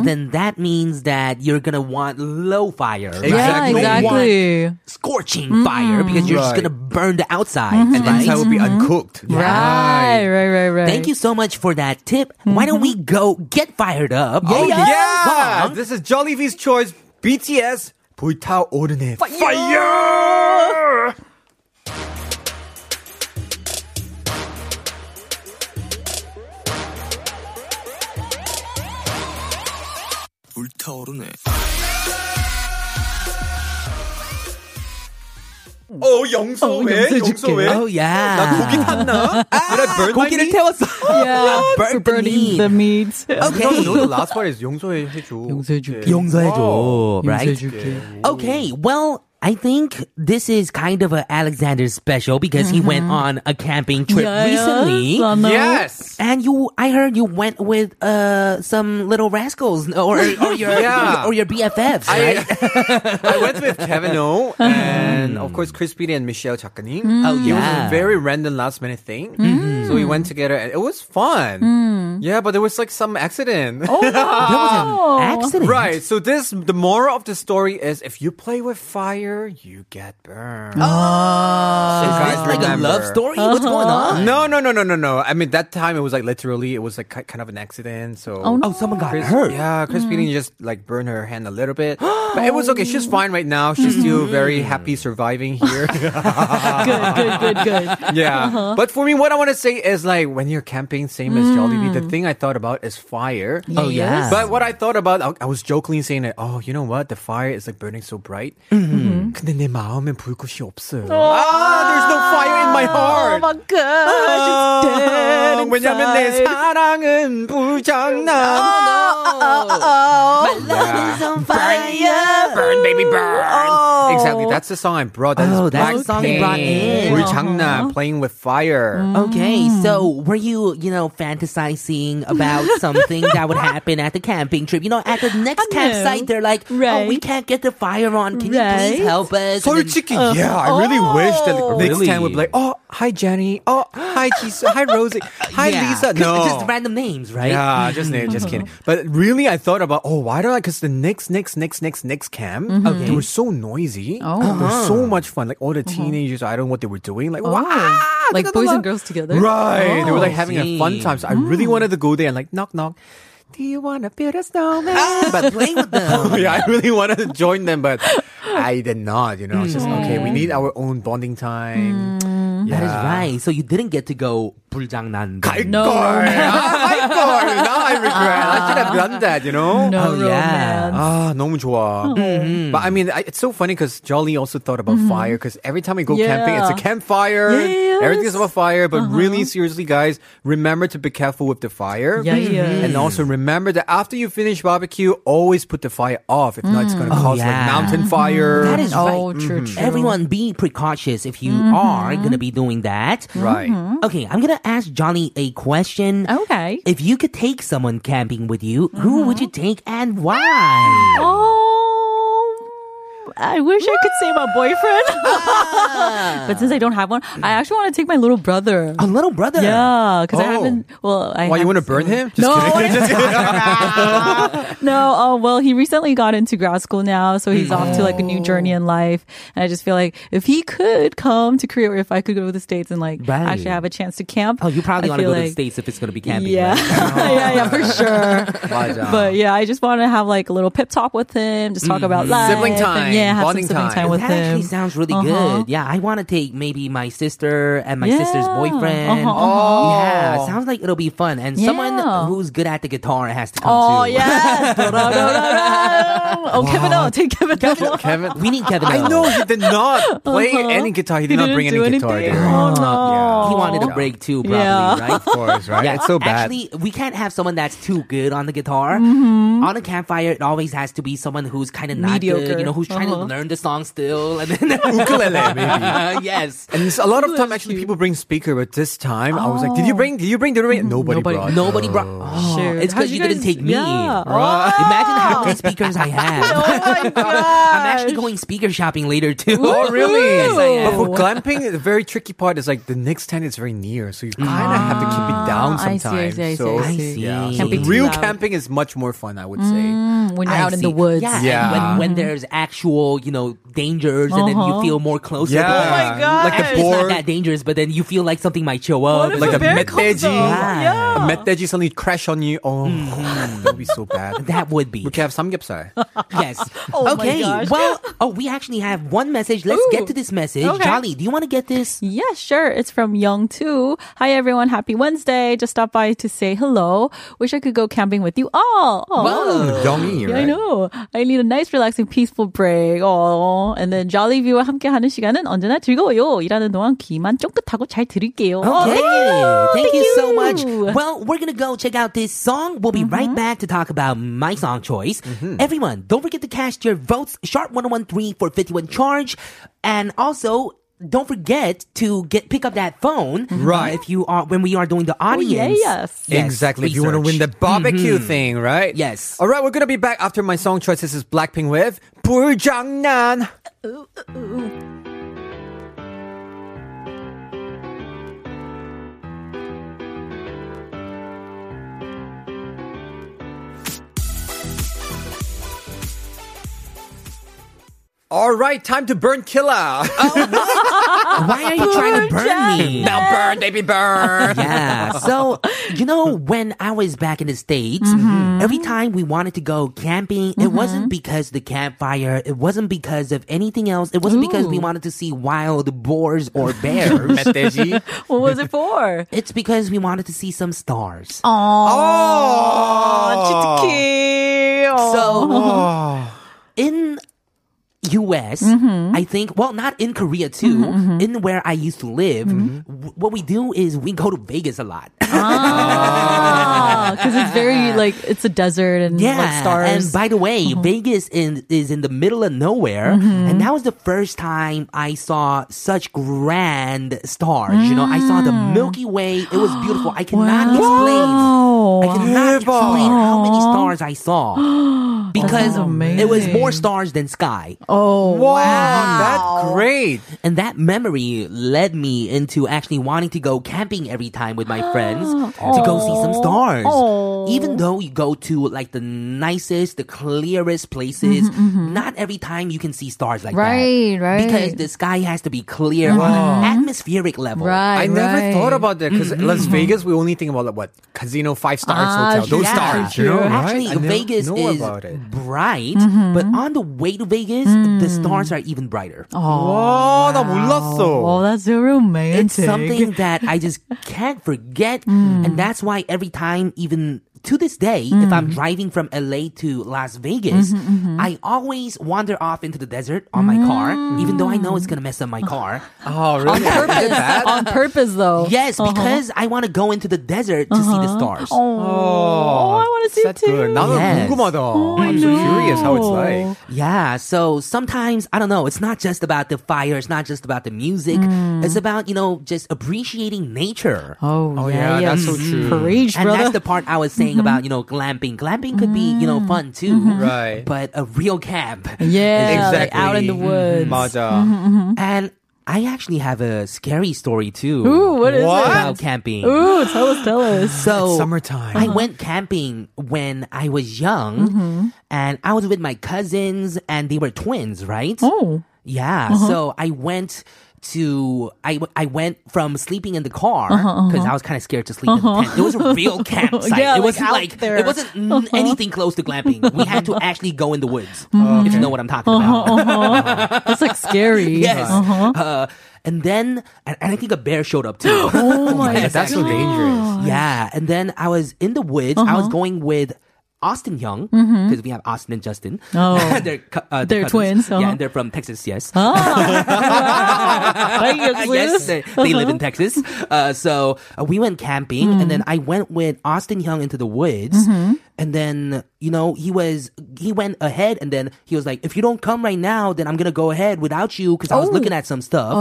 Speaker 2: then that means that you're gonna want low fire. Right?
Speaker 5: yeah,
Speaker 1: Exactly.
Speaker 2: You don't want
Speaker 5: exactly.
Speaker 2: Scorching fire because you're just
Speaker 1: Right.
Speaker 2: gonna burn the outside.
Speaker 5: Mm-hmm.
Speaker 1: And
Speaker 2: right?
Speaker 1: inside will be uncooked.
Speaker 5: Right, right, right, right.
Speaker 2: Thank you so much for that tip. Why don't we go get fired up?
Speaker 1: Mm-hmm. Oh
Speaker 2: with this
Speaker 1: yeah!
Speaker 2: song.
Speaker 1: This is Jollibee's choice. BTS 불타오르네.
Speaker 3: Fire!
Speaker 6: 떠오르네.
Speaker 1: 어 영소
Speaker 5: 어,
Speaker 1: 왜?
Speaker 5: 영소
Speaker 1: 영소
Speaker 5: 줄게.
Speaker 1: 왜?
Speaker 2: Oh yeah.
Speaker 1: 나 고기 탔나? Did I burn my
Speaker 2: 고기를
Speaker 1: meat?
Speaker 2: 태웠어.
Speaker 1: Oh,
Speaker 5: Yeah,
Speaker 2: Burn the
Speaker 5: for burning the meat.
Speaker 1: No, no,
Speaker 2: Okay.
Speaker 1: the last part is 용서해 해줘.
Speaker 5: 용서해줄게.
Speaker 2: 용서해줘, right?
Speaker 5: 용서해줄게.
Speaker 2: Okay, well, I think this is kind of a Alexander special because he went on a camping trip
Speaker 5: Mm-hmm. Yeah,
Speaker 2: recently.
Speaker 5: yes, I know.
Speaker 1: Yes.
Speaker 2: And you, I heard you went with uh some little rascals or or your
Speaker 1: Yeah.
Speaker 2: or your BFFs, right?
Speaker 1: I, I went with Kevin O and of course Chris Beatty and Michelle Chakanin. It was a
Speaker 2: Oh, yeah. Mm-hmm.
Speaker 1: very random last minute thing. So we went together and it was fun.
Speaker 2: Mm.
Speaker 1: Yeah, but there was like some accident.
Speaker 2: That
Speaker 5: Oh.
Speaker 2: was an accident,
Speaker 1: right. So this the moral of the story is if you play with fire, you get burned.
Speaker 2: Oh,
Speaker 1: So
Speaker 2: is
Speaker 1: guys
Speaker 2: this like a
Speaker 1: remember.
Speaker 2: love story? What's going
Speaker 5: Uh-huh.
Speaker 2: on?
Speaker 1: No, no, no, no, no, no. I mean, that time it was like literally, it was like ki- kind of an accident. So,
Speaker 5: Oh, no.
Speaker 2: Oh, Mm. someone got
Speaker 1: Chris,
Speaker 2: hurt.
Speaker 1: yeah, Chris Beating just like burned her hand a little bit, but it was okay. She's fine right now. She's
Speaker 2: Mm-hmm.
Speaker 1: still very happy surviving here.
Speaker 5: good, good, good, good.
Speaker 1: yeah.
Speaker 2: Uh-huh.
Speaker 1: But for me, what I want to say is like when you're camping, same as Jollibee, the thing I thought about is fire.
Speaker 2: Mm. Oh yeah.
Speaker 1: But what I thought about, I, I was jokingly saying that, oh, you know what? The fire is like burning so bright.
Speaker 2: Mm-hmm.
Speaker 1: Mm-hmm. 근데 내 마음엔 불꽃이 없어요. Ah,
Speaker 2: Oh.
Speaker 1: there's no fire in my heart. Oh.
Speaker 5: Oh my gosh, it's dead inside.
Speaker 1: 왜냐면 내 사랑은 부장난.
Speaker 5: Oh,
Speaker 2: love Oh, is on fire.
Speaker 1: Burn, baby, burn. Exactly. That's the song I brought. That
Speaker 2: Oh,
Speaker 1: is
Speaker 2: that's the song
Speaker 1: Blackpink.
Speaker 2: you brought in. Uh-huh.
Speaker 1: 우리 장난, playing with fire.
Speaker 2: Okay,
Speaker 5: Mm.
Speaker 2: so were you, you know, fantasizing about something that would happen at the camping trip? You know, at the next
Speaker 5: I know.
Speaker 2: campsite, they're like, "Oh, we
Speaker 5: Right.
Speaker 2: can't get the fire on. Can you please
Speaker 5: Right.
Speaker 2: help us?" And then-
Speaker 1: 솔직히, yeah, I really
Speaker 2: oh.
Speaker 1: wish that the next
Speaker 2: Really?
Speaker 1: time we'd be like, oh, hi Jenny, oh, hi Jisoo, hi Rosie, hi
Speaker 2: Yeah.
Speaker 1: Lisa.
Speaker 2: 'Cause
Speaker 1: No,
Speaker 2: it's just random names, right?
Speaker 1: Yeah, just name, just kidding. But really, I thought about oh, why don't I? Because the next, next, next, next, next camp,
Speaker 5: Mm-hmm.
Speaker 1: they were so noisy. Oh. It was
Speaker 5: Uh-huh.
Speaker 1: so much fun. Like all the teenagers, I don't know what they were doing. Like wow,
Speaker 5: Oh. Like boys and girls together. Oh, Mm.
Speaker 1: right? They were like having a fun
Speaker 2: see.
Speaker 1: time. So I really wanted to go there and like knock, knock. Do you want to build a snowman?
Speaker 2: but play with them.
Speaker 1: yeah, I really wanted to join them, but I did not. You know, I was just okay.
Speaker 5: Mm.
Speaker 1: We need our own bonding time.
Speaker 5: Mm-hmm.
Speaker 2: That is right. So you didn't get to go 불장난.
Speaker 5: No.
Speaker 1: Car. my car. Now I regret. I should have done that. You know.
Speaker 2: Oh,
Speaker 5: No
Speaker 2: yeah.
Speaker 5: romance.
Speaker 1: Ah, 너무 좋아. But I mean, I, it's so funny because Jolly also thought about fire because every time we go camping, it's a
Speaker 5: Mm-hmm. Yeah.
Speaker 1: campfire.
Speaker 5: Yes. Uh-huh.
Speaker 1: Everything's about fire. But really, seriously, guys, remember to be careful with the fire. Mm-hmm.
Speaker 5: Yeah, yeah.
Speaker 1: And also remember that after you finish barbecue, always put the fire off. If not, it's going to
Speaker 5: Mm.
Speaker 2: Oh,
Speaker 1: cause
Speaker 2: yeah.
Speaker 1: like mountain
Speaker 5: Mm-hmm.
Speaker 1: fire.
Speaker 2: That is right.
Speaker 5: Oh,
Speaker 1: Mm-hmm.
Speaker 5: true, true. Mm-hmm.
Speaker 2: Everyone, be precautious if you are gonna be doing that.
Speaker 1: right.
Speaker 2: Okay, I'm gonna ask Johnny a question.
Speaker 5: Okay.
Speaker 2: If you could take someone camping with you, who
Speaker 5: Mm-hmm.
Speaker 2: would you take and why?
Speaker 5: Oh, I wish I could say my boyfriend, but since I don't have one, I actually want to take my little brother.
Speaker 2: A little brother.
Speaker 5: Yeah, because I
Speaker 1: Oh.
Speaker 5: haven't. Well, I
Speaker 1: Why you want to
Speaker 5: haven't
Speaker 1: burn him?
Speaker 5: seen
Speaker 1: Just
Speaker 5: No, I
Speaker 1: kidding. Just kidding.
Speaker 3: 아.
Speaker 5: No, oh well, he recently got into grad school now, so he's off to like a new
Speaker 2: Oh.
Speaker 5: journey in life. And I just feel like if he could come to Korea, or if I could go to the states and like
Speaker 2: Right.
Speaker 5: actually have a chance to camp,
Speaker 2: Oh, you probably
Speaker 5: I
Speaker 2: want to
Speaker 5: feel
Speaker 2: go to the
Speaker 5: like-
Speaker 2: States if it's going to be camping.
Speaker 5: Yeah,
Speaker 2: right?
Speaker 5: yeah, yeah, for sure.
Speaker 1: 맞아.
Speaker 5: But yeah, I just want to have like a little pip talk with him, just talk about life,
Speaker 1: Sibling
Speaker 5: and,
Speaker 1: time,
Speaker 5: yeah, have
Speaker 1: bonding
Speaker 5: some sibling
Speaker 1: time.
Speaker 5: time, with
Speaker 2: that
Speaker 5: him.
Speaker 2: actually sounds really
Speaker 5: Uh-huh.
Speaker 2: good. Yeah, I want to take maybe my sister and my sister's
Speaker 5: Yeah.
Speaker 2: boyfriend.
Speaker 5: Uh-huh,
Speaker 2: Oh, yeah, sounds like it'll be fun. And
Speaker 5: Yeah.
Speaker 2: someone who's good at the guitar has to come
Speaker 5: Oh
Speaker 2: too.
Speaker 5: yes, Dororororo. oh Kevin O, take Kevin O.
Speaker 1: Kevin.
Speaker 2: we need Kevin.
Speaker 1: I
Speaker 2: O.
Speaker 1: know he did not play any guitar. He did not
Speaker 5: Uh-huh. didn't
Speaker 1: bring any
Speaker 5: do
Speaker 1: guitar
Speaker 5: anything.
Speaker 1: there.
Speaker 5: Oh,
Speaker 1: Yeah.
Speaker 2: He wanted a
Speaker 1: Yeah.
Speaker 2: break too, probably.
Speaker 5: Yeah.
Speaker 2: Right.
Speaker 1: Of course, right?
Speaker 2: Yeah,
Speaker 1: It's so bad.
Speaker 2: Actually, we can't have someone that's too good on the guitar. On a campfire, it always has to be someone who's kind of not good,
Speaker 5: Mm-hmm. Mediocre.
Speaker 2: you know, who's trying to
Speaker 5: Uh-huh.
Speaker 2: learn the song still, and then
Speaker 1: ukulele, maybe.
Speaker 2: yes,
Speaker 1: And it's a lot of time, actually, people bring speaker, but this time I was like, "Did you bring? Did you bring? Did you bring?" Nobody,
Speaker 5: Oh.
Speaker 1: brought.
Speaker 2: Nobody
Speaker 5: Nobody-
Speaker 2: brought. Oh,
Speaker 5: Shoot.
Speaker 2: It's because
Speaker 5: How'd
Speaker 2: you,
Speaker 5: you
Speaker 2: didn't take
Speaker 5: guys-
Speaker 2: me.
Speaker 5: Yeah.
Speaker 2: Right. Imagine how many speakers I have.
Speaker 5: Oh my god!
Speaker 2: I'm actually going speaker shopping later too.
Speaker 1: Oh, really?
Speaker 2: Yes, I am.
Speaker 1: But for glamping, the very tricky part is like the next tent is very near, so you kind of have to keep it down
Speaker 5: Ah, I see, I
Speaker 1: sometimes.
Speaker 5: see, I see,
Speaker 1: so
Speaker 5: I
Speaker 2: see.
Speaker 1: yeah, so
Speaker 2: Can't be too
Speaker 1: real
Speaker 5: loud. Mm.
Speaker 1: camping is much more fun, I would say.
Speaker 5: when you're
Speaker 2: I
Speaker 5: out in the
Speaker 2: see.
Speaker 5: woods.
Speaker 2: Yeah, and
Speaker 1: Yeah.
Speaker 2: When, when there's actual physical, you know, dangers, and then you
Speaker 5: Uh-huh.
Speaker 2: feel more closer.
Speaker 1: Yeah.
Speaker 2: to
Speaker 1: Oh my
Speaker 2: them.
Speaker 5: gosh.
Speaker 2: Like the
Speaker 1: It's not
Speaker 2: board. It's not
Speaker 1: that
Speaker 2: that dangerous, but then you feel like something might show
Speaker 5: What
Speaker 2: up.
Speaker 5: if
Speaker 1: like a
Speaker 5: a bear comes
Speaker 1: metteji.
Speaker 5: up?
Speaker 2: Yeah.
Speaker 1: A
Speaker 5: Yeah. Mm-hmm.
Speaker 1: 멧돼지 suddenly crash on you. Oh, that would be so bad.
Speaker 2: that would be.
Speaker 1: we could have samgyeopsal.
Speaker 2: Yes.
Speaker 5: Oh my
Speaker 2: okay.
Speaker 5: gosh.
Speaker 2: Well, oh, we actually have one message. Let's
Speaker 5: Ooh.
Speaker 2: get to this message.
Speaker 5: Okay.
Speaker 2: Jolly, do you want to get this?
Speaker 5: Yeah, sure. It's from Young too. Hi everyone, happy Wednesday. Just stopped by to say hello. Wish I could go camping with you all. Aw.
Speaker 2: Whoa.
Speaker 1: Youngie, right?
Speaker 5: I know. I need a nice, relaxing, peaceful break. Oh, and then Jolly View와 함께하는 시간은 언제나 즐거워요. 일하는 동안 귀만 쫑긋하고 잘 들을게요. 어,
Speaker 2: Okay. Oh, thank,
Speaker 5: thank
Speaker 2: you Mm-hmm. so
Speaker 5: you.
Speaker 2: much. Well, we're going to go check out this song. We'll be right back to talk about my song choice. Everyone, don't forget to cast your votes. Sharp 1013 for 51 charge. And also, don't forget to get pick up that phone
Speaker 1: Right.
Speaker 2: if you are when we are doing the audience.
Speaker 5: yes.
Speaker 1: Exactly. If you want to win the
Speaker 2: research.
Speaker 1: barbecue thing, right?
Speaker 2: Yes.
Speaker 1: All right, we're going to be back after my song choice. This is Blackpink with 불장난. All right, time to burn killer.
Speaker 2: Why are you trying to burn me?
Speaker 1: Oh, now burn, baby, burn.
Speaker 2: yeah. So, you know, when I was back in the States, every time we wanted to go camping, it wasn't because the campfire, it wasn't because of anything else, it wasn't because we
Speaker 5: Ooh.
Speaker 2: wanted to see wild boars or bears.
Speaker 1: 멧돼지.
Speaker 5: What was it for?
Speaker 2: it's because we wanted to see some stars.
Speaker 1: Oh,
Speaker 2: So, in US, I think, well, not in Korea too, in where I used to live, w- what we do is we go to Vegas a lot.
Speaker 5: because it's very like it's a desert and
Speaker 2: Yeah,
Speaker 5: like stars. Mm-hmm.
Speaker 2: and by the way, Vegas in, is in the middle of nowhere, and that was the first time I saw such grand stars. You know, I saw the
Speaker 5: Mm.
Speaker 2: Milky Way. It was beautiful. I cannot explain. I cannot explain how many stars I saw because it was more stars than sky.
Speaker 5: oh
Speaker 1: wow, that's great.
Speaker 2: And that memory led me into actually wanting to go camping every time with my friends to go see some stars. Even though you go to like the nicest, the clearest places, not every time you can see stars like
Speaker 5: Mm-hmm, Right,
Speaker 2: that.
Speaker 5: right. Uh-huh.
Speaker 2: Because the sky has to be clear on an atmospheric level.
Speaker 1: I
Speaker 5: right.
Speaker 1: never
Speaker 5: right. Mm-hmm.
Speaker 1: thought about that because Las Vegas, we only think about like, what casino five stars
Speaker 5: Ah,
Speaker 1: hotel, those
Speaker 5: yeah.
Speaker 1: stars. You
Speaker 5: True.
Speaker 1: know,
Speaker 2: Actually,
Speaker 1: right? I never
Speaker 2: Vegas
Speaker 1: know
Speaker 2: is
Speaker 1: about it.
Speaker 2: bright,
Speaker 5: Mm-hmm.
Speaker 2: but on the way to Vegas, the
Speaker 5: Mm.
Speaker 2: stars are even brighter.
Speaker 1: 와, 나
Speaker 5: Oh,
Speaker 1: 몰랐어.
Speaker 5: that's so romantic.
Speaker 2: it's something that I just can't forget.
Speaker 5: Mm.
Speaker 2: And that's why every time, even to this day, if I'm
Speaker 5: Mm.
Speaker 2: driving from LA to Las Vegas,
Speaker 5: Mm-hmm,
Speaker 2: I always wander off into the desert on my
Speaker 5: Mm.
Speaker 2: car, even though I know it's going to mess up my car.
Speaker 1: Oh, really? On
Speaker 5: purpose on purpose though.
Speaker 2: yes,
Speaker 5: Uh-huh.
Speaker 2: because I want to go into the desert to see the stars.
Speaker 5: Oh, I want to see it
Speaker 1: That's good.
Speaker 5: too.
Speaker 1: 나는
Speaker 2: Yes.
Speaker 1: 궁금하다.
Speaker 5: Oh,
Speaker 1: I'm so curious how it's like.
Speaker 2: Yeah, so sometimes, I don't know, it's not just about the fire, it's not just about the music, it's about, you know, just appreciating nature.
Speaker 5: Mm. Oh,
Speaker 1: Oh, yeah,
Speaker 5: yeah,
Speaker 1: that's so
Speaker 5: yes.
Speaker 1: true.
Speaker 5: Preach,
Speaker 2: And
Speaker 5: brother. Mm-hmm. Mm.
Speaker 2: that's the part I was saying about, you know, glamping. Glamping could be, you know, fun too.
Speaker 1: Right.
Speaker 2: But a real camp.
Speaker 5: yeah, like
Speaker 1: Exactly. Mm-hmm.
Speaker 5: out in the woods.
Speaker 1: 맞아.
Speaker 5: Mm-hmm.
Speaker 2: And I actually have a scary story too.
Speaker 5: Ooh, what is
Speaker 1: What?
Speaker 2: About
Speaker 5: it?
Speaker 2: camping.
Speaker 5: Ooh, tell us, tell us.
Speaker 2: So
Speaker 1: summertime.
Speaker 2: I went camping when I was young
Speaker 5: Mm-hmm.
Speaker 2: and I was with my cousins and they were twins, right?
Speaker 5: Oh,
Speaker 2: Yeah. So I went to I, w- I went from sleeping in the car
Speaker 5: Uh-huh,
Speaker 2: because I was kind of scared to sleep in the tent. It was a real campsite.
Speaker 5: Yeah,
Speaker 2: it
Speaker 5: like
Speaker 2: wasn't
Speaker 5: out
Speaker 2: like
Speaker 5: there. Uh-huh.
Speaker 2: it wasn't n- anything close to glamping. We had to actually go in the woods
Speaker 5: Mm-hmm.
Speaker 2: if you know what I'm talking
Speaker 5: Uh-huh,
Speaker 2: about.
Speaker 5: that's like scary.
Speaker 2: yes.
Speaker 5: Uh-huh.
Speaker 2: uh and then and, and I think a bear showed up too.
Speaker 5: Oh my
Speaker 1: Yeah, that's so dangerous.
Speaker 2: yeah. And then I was in the woods. I was
Speaker 5: Uh-huh.
Speaker 2: going with. Austin Young, because we have Austin and Justin.
Speaker 5: Mm-hmm. Oh.
Speaker 2: they're cou- uh,
Speaker 5: They're
Speaker 2: cousins.
Speaker 5: twins, uh-huh.
Speaker 2: Yeah, and they're from Texas. Yes.
Speaker 5: Like, yes,
Speaker 2: yes, they, they live in Texas. Uh, so uh, we went camping, and then I went with Austin Young into the woods. And then you know he was he went ahead, and then he was like, "If you don't come right now, then I'm gonna go ahead without you." Because I was looking at some stuff,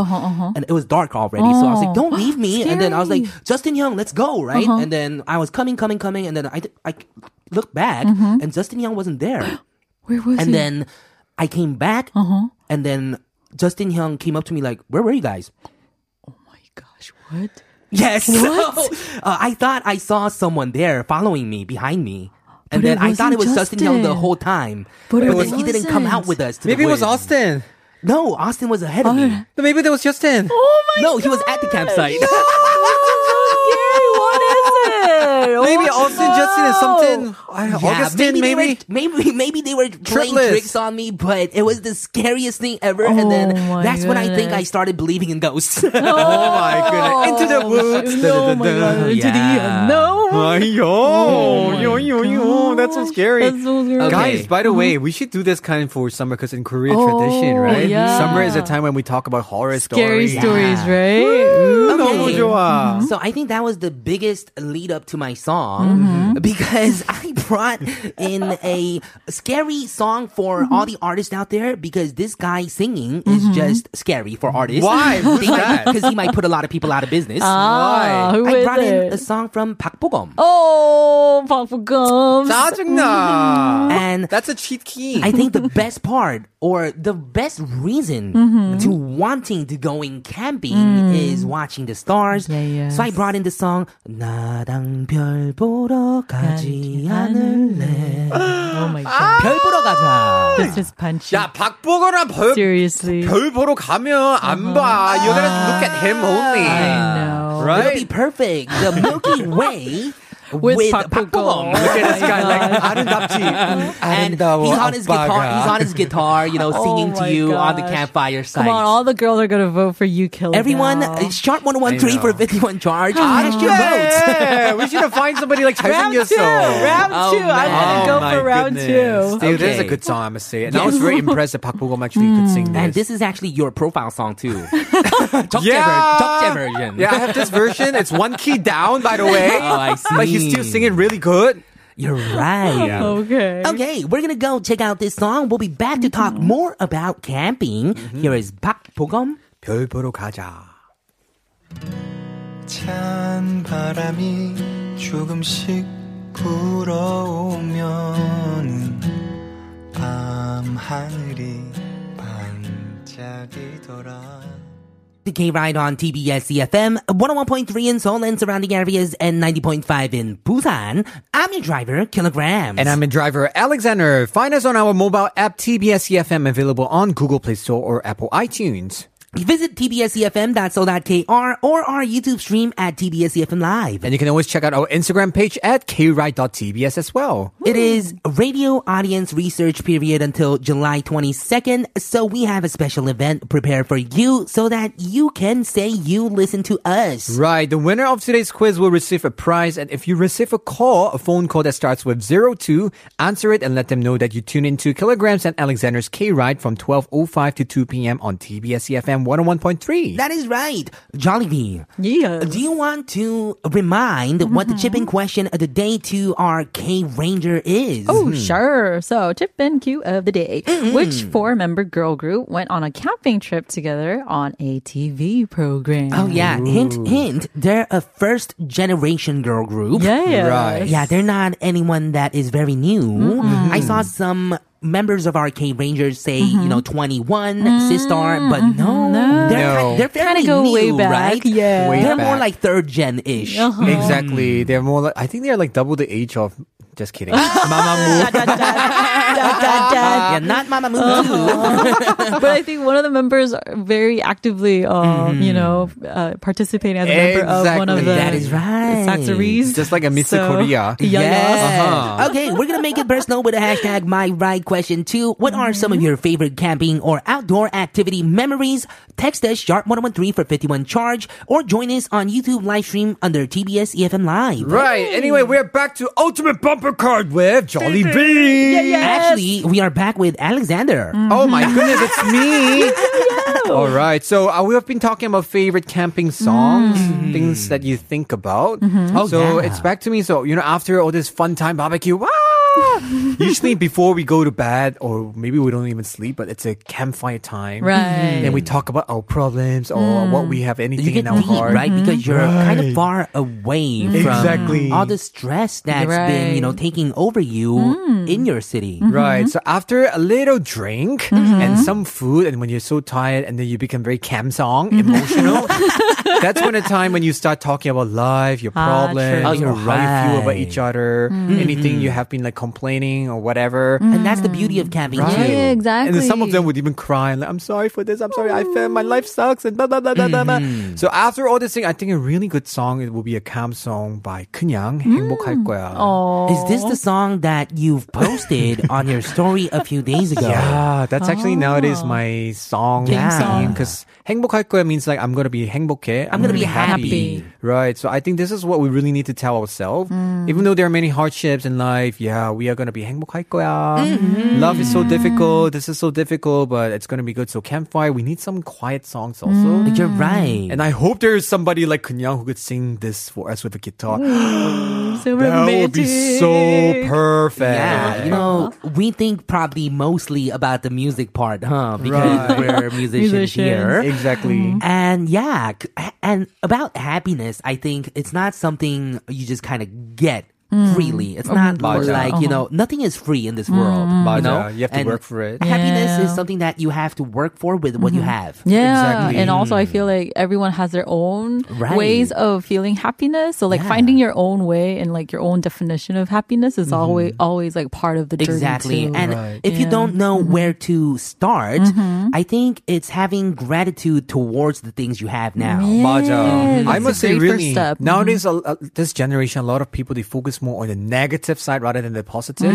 Speaker 2: and it was dark already. So I was like, "Don't leave me." And then I was like, "Justin Young, let's go!" Right? And then I was coming, coming, coming, and then I I looked back, and Justin Young wasn't there.
Speaker 5: Where was
Speaker 2: And
Speaker 5: he?
Speaker 2: then I came back, and then Justin Young came up to me like, "Where were you guys?"
Speaker 5: Gosh, what?
Speaker 2: Yes. So, uh, I thought I saw someone there following me behind me. and
Speaker 5: But
Speaker 2: then
Speaker 5: it
Speaker 2: I thought it was
Speaker 5: wasn't
Speaker 2: Justin Young the
Speaker 5: Justin.
Speaker 2: whole time.
Speaker 5: But it
Speaker 2: then he didn't come out
Speaker 5: wasn't.
Speaker 2: with us. To the
Speaker 1: Maybe it was
Speaker 2: quiz.
Speaker 1: Austin.
Speaker 2: No, Austin was ahead of
Speaker 5: Oh,
Speaker 2: me.
Speaker 1: No, Maybe that was Justin.
Speaker 2: no, he was at the campsite.
Speaker 5: Gary, what is it?
Speaker 1: Maybe Austin, Justin, and something. Uh,
Speaker 2: Yeah,
Speaker 1: Augustine,
Speaker 2: they
Speaker 1: maybe.
Speaker 2: were- maybe maybe they were playing
Speaker 1: Triplets.
Speaker 2: tricks on me, but it was the scariest thing ever. and then
Speaker 5: Oh my
Speaker 2: that's when I think I
Speaker 5: goodness.
Speaker 2: started believing in ghosts.
Speaker 1: Oh my goodness. Into the woods.
Speaker 5: Oh my god, into
Speaker 2: Yeah.
Speaker 5: the no.
Speaker 1: Ay, yo, yo, yo, yo. That's so scary.
Speaker 5: Oh That's so scary.
Speaker 2: Okay. Mm-hmm.
Speaker 1: Guys, by the way, we should do this kind for summer because in Korea tradition,
Speaker 5: Oh,
Speaker 1: right?
Speaker 5: yeah.
Speaker 1: Summer is a time when we talk about horror
Speaker 5: Scary
Speaker 1: stories.
Speaker 5: stories,
Speaker 2: Yeah.
Speaker 5: right?
Speaker 1: 너무 좋아.
Speaker 2: Mm-hmm. So I think that was the biggest lead up to my song
Speaker 1: Mm-hmm.
Speaker 2: because I brought in a scary song for
Speaker 1: Mm-hmm.
Speaker 2: all the artists out there because this guy singing is just scary for artists.
Speaker 1: Why? Who's that?
Speaker 2: Because he might put a lot of people out of business.
Speaker 5: Ah, who
Speaker 2: I
Speaker 5: is
Speaker 2: brought in
Speaker 5: it?
Speaker 2: a song from Pak Bogum.
Speaker 5: Oh, Papa Gums.
Speaker 1: 짜증나.
Speaker 2: Mm-hmm. And
Speaker 1: That's a cheat key.
Speaker 2: I think the best part or the best reason to wanting to going camping is watching the stars.
Speaker 5: Yeah,
Speaker 2: So I brought in the song 나랑 별 보러 가지 않을래.
Speaker 5: Oh my god.
Speaker 2: 별 보러 가자.
Speaker 5: It's just punchy.
Speaker 1: 야, 박보거나 벌,
Speaker 5: Seriously.
Speaker 1: 별 보러 가면
Speaker 2: Uh-huh.
Speaker 1: 안 봐. You gotta look at him only.
Speaker 5: I know.
Speaker 1: Right?
Speaker 2: It'll be perfect. The Milky Way
Speaker 5: With
Speaker 2: with,
Speaker 5: Park
Speaker 2: Park
Speaker 5: Bo-gum.
Speaker 2: Bo-gum.
Speaker 1: Look at this guy, like, 아름답지.
Speaker 2: And he's
Speaker 1: 아름다워,
Speaker 2: on his guitar.
Speaker 1: 아빠가.
Speaker 2: He's on his guitar, you know, singing
Speaker 5: my
Speaker 2: to you on the
Speaker 5: gosh.
Speaker 2: campfire site.
Speaker 5: Come on, all the girls are gonna vote for you, killer.
Speaker 2: Everyone,
Speaker 5: now.
Speaker 2: uh, sharp one one three for fifty one charge. Cast your votes.
Speaker 1: Yeah, we should have find somebody like
Speaker 5: round two,
Speaker 1: 잘생겼어.
Speaker 5: round
Speaker 2: Oh,
Speaker 5: two. I'm gonna
Speaker 2: man.
Speaker 5: go
Speaker 1: Oh my
Speaker 5: for round
Speaker 1: goodness.
Speaker 5: two.
Speaker 1: Dude, this is a
Speaker 2: Okay.
Speaker 1: good song, I must say. And I was very impressed that Park Bo-gum actually could sing this.
Speaker 2: And this is actually your profile song too. Jeokjae
Speaker 1: Yeah.
Speaker 2: ver- Jeokjae version.
Speaker 1: Yeah, I have this version. It's one key down, by the way.
Speaker 2: Oh, I see.
Speaker 1: But he's still singing really good.
Speaker 2: You're right.
Speaker 5: Okay.
Speaker 1: Oh,
Speaker 2: Okay, we're gonna go check out this song. We'll be back to talk
Speaker 1: Mm-hmm.
Speaker 2: more about camping. Here is Pak Bogum.
Speaker 1: 별 보러 가자.
Speaker 3: 찬 바람이 조금씩 불어오면 밤 하늘이 반짝이더라.
Speaker 2: The K Ride on TBS EFM, 101.3 in Seoul and surrounding areas, and 90.5 in Busan. I'm your driver, Kilograms.
Speaker 1: And I'm a driver, Alexander. Find us on our mobile app, TBS EFM, E available on Google Play Store or Apple iTunes.
Speaker 2: Visit tbsefm.so.kr or our YouTube stream at tbsefm E live.
Speaker 1: And you can always check out our Instagram page at kride.tbs as well.
Speaker 2: It is radio audience research period until July 22nd, so we have a special event prepared for you so that you can say you listen to us.
Speaker 1: Right. The winner of today's quiz will receive a prize. And if you receive a call, a phone call that starts with 02, answer it and let them know that you tune into Kilograms and Alexander's K Ride from 12.05 to 2 p.m. on TBS EFM 101.3.
Speaker 2: That is right. Jollibee,
Speaker 5: Yeah.
Speaker 2: do you want to remind what the chip-in question of the day to our K-Ranger is?
Speaker 5: Oh, sure. So, tip and cue of the day. Which four member girl group went on a camping trip together on a TV program?
Speaker 2: Oh, yeah. Hint, hint. They're a first-generation girl group.
Speaker 5: Yeah.
Speaker 1: Right.
Speaker 2: Yeah, they're not anyone that is very new.
Speaker 5: Mm-hmm.
Speaker 2: I saw some members of our K Rangers say, you know, 21, Sistar, but no. They're,
Speaker 1: No.
Speaker 2: They're fairly
Speaker 5: Mm-hmm. Kinda go
Speaker 2: new,
Speaker 5: way Uh-huh. back,
Speaker 2: right?
Speaker 5: yeah.
Speaker 1: Way
Speaker 2: they're more
Speaker 1: back.
Speaker 2: like third gen ish.
Speaker 1: Exactly. They're more like, I think they're like double the age of, just kidding. Mamamoo.
Speaker 2: yeah, not Mama Moo.
Speaker 5: but I think one of the members are very actively, um, you know, uh, participating as a member of one of
Speaker 1: Mm-hmm. Exactly.
Speaker 5: the
Speaker 2: That is right.
Speaker 5: factories.
Speaker 1: Just like a Miss
Speaker 5: So-
Speaker 1: Korea.
Speaker 5: Yeah. Uh-huh.
Speaker 2: Okay, we're gonna make it personal with a hashtag my ride question too. What are some
Speaker 5: Mm-hmm.
Speaker 2: of your favorite camping or outdoor activity memories? Text us sharp one one three for fifty one charge, or join us on YouTube live stream under TBS EFM E Live.
Speaker 1: Right. Anyway, we're back to Ultimate Bumper Card with Jolly Bee.
Speaker 2: Actually, we are back with Alexander.
Speaker 1: Oh my goodness, it's me. All right. So uh, we have been talking about favorite camping songs, things that you think about. Oh, so it's back to me. So, you know, after all this fun time barbecue, wow. Usually before we go to bed, or maybe we don't even sleep, but it's a campfire time.
Speaker 5: Right.
Speaker 1: And we talk about our problems or what we have anything
Speaker 2: You get
Speaker 1: in our
Speaker 2: deep,
Speaker 1: heart.
Speaker 2: right? Because you're kind of far away from
Speaker 1: Mm-hmm. Exactly.
Speaker 2: all the stress that's been, you know, taking over you in your city.
Speaker 5: Mm-hmm.
Speaker 1: Right. So after a little drink
Speaker 5: Mm-hmm.
Speaker 1: and some food, and when you're so tired, and then you become very cam song, emotional, That's when a time when you start talking about life, your
Speaker 5: Ah,
Speaker 1: problems,
Speaker 5: true.
Speaker 2: Oh, you're
Speaker 1: or how you feel about
Speaker 2: right.
Speaker 1: each other,
Speaker 5: Mm-hmm.
Speaker 1: anything you have been like complaining or whatever.
Speaker 2: And that's the beauty of camping
Speaker 1: Right.
Speaker 2: too.
Speaker 5: Yeah, exactly.
Speaker 1: And then some of them would even cry and like, I'm sorry for this. I'm sorry. I failed. My life sucks. And blah, blah, blah, blah, blah, blah.
Speaker 5: Mm-hmm.
Speaker 1: So after all this thing, I think a really good song, it will be a calm song by 그냥 행복할 거야.
Speaker 5: Oh.
Speaker 2: Is this the song that you've posted on your story a few days ago?
Speaker 1: Yeah, that's actually nowadays my song
Speaker 2: Theme
Speaker 1: name
Speaker 2: Oh. song.
Speaker 1: because 행복할 거야 means like I'm gonna be 행복해. I'm,
Speaker 2: gonna be happy.
Speaker 1: Right. So I think this is what we really need to tell ourselves.
Speaker 2: Mm.
Speaker 1: Even though there are many hardships in life, yeah, we are gonna be 행복할 거야.
Speaker 2: Mm-hmm.
Speaker 1: Love is so difficult. This is so difficult, but it's gonna be good. So campfire, we need some quiet songs also.
Speaker 2: You're right.
Speaker 1: And I hope there is somebody like Kunyang who could sing this for us with a guitar.
Speaker 5: so
Speaker 1: Uh-huh. that would be so
Speaker 5: romantic.
Speaker 1: perfect.
Speaker 2: yeah, you know, we think probably mostly about the music part, huh? Because
Speaker 1: Right.
Speaker 2: we're musicians,
Speaker 5: Musicians.
Speaker 2: here.
Speaker 1: exactly.
Speaker 2: And yeah, c- and about happiness, I think it's not something you just kind of get
Speaker 5: Mm.
Speaker 2: freely. It's not
Speaker 1: 맞아.
Speaker 2: like, you know,
Speaker 5: Uh-huh.
Speaker 2: nothing is free in this world. You, know?
Speaker 1: 맞아. You have to work for it.
Speaker 2: Happiness
Speaker 5: Mm. Yeah. Mm-hmm.
Speaker 2: is something that you have to work for with what you have.
Speaker 5: Yeah,
Speaker 1: Exactly.
Speaker 5: and also I feel like everyone has their own
Speaker 2: Right.
Speaker 5: ways of feeling happiness. So like
Speaker 2: Yeah.
Speaker 5: finding your own way and like your own definition of happiness
Speaker 1: Mm-hmm.
Speaker 5: is always always like part of the journey.
Speaker 2: Exactly.
Speaker 5: too.
Speaker 2: And
Speaker 1: Right.
Speaker 2: if you don't know where to start,
Speaker 5: Mm-hmm.
Speaker 2: I think it's having gratitude towards the things you have now.
Speaker 1: 맞아. I
Speaker 5: that's
Speaker 1: must
Speaker 5: a
Speaker 1: say,
Speaker 5: great first
Speaker 1: really,
Speaker 5: step.
Speaker 1: nowadays, a, a- this generation, a lot of people, they focus more on the negative side rather than the positive.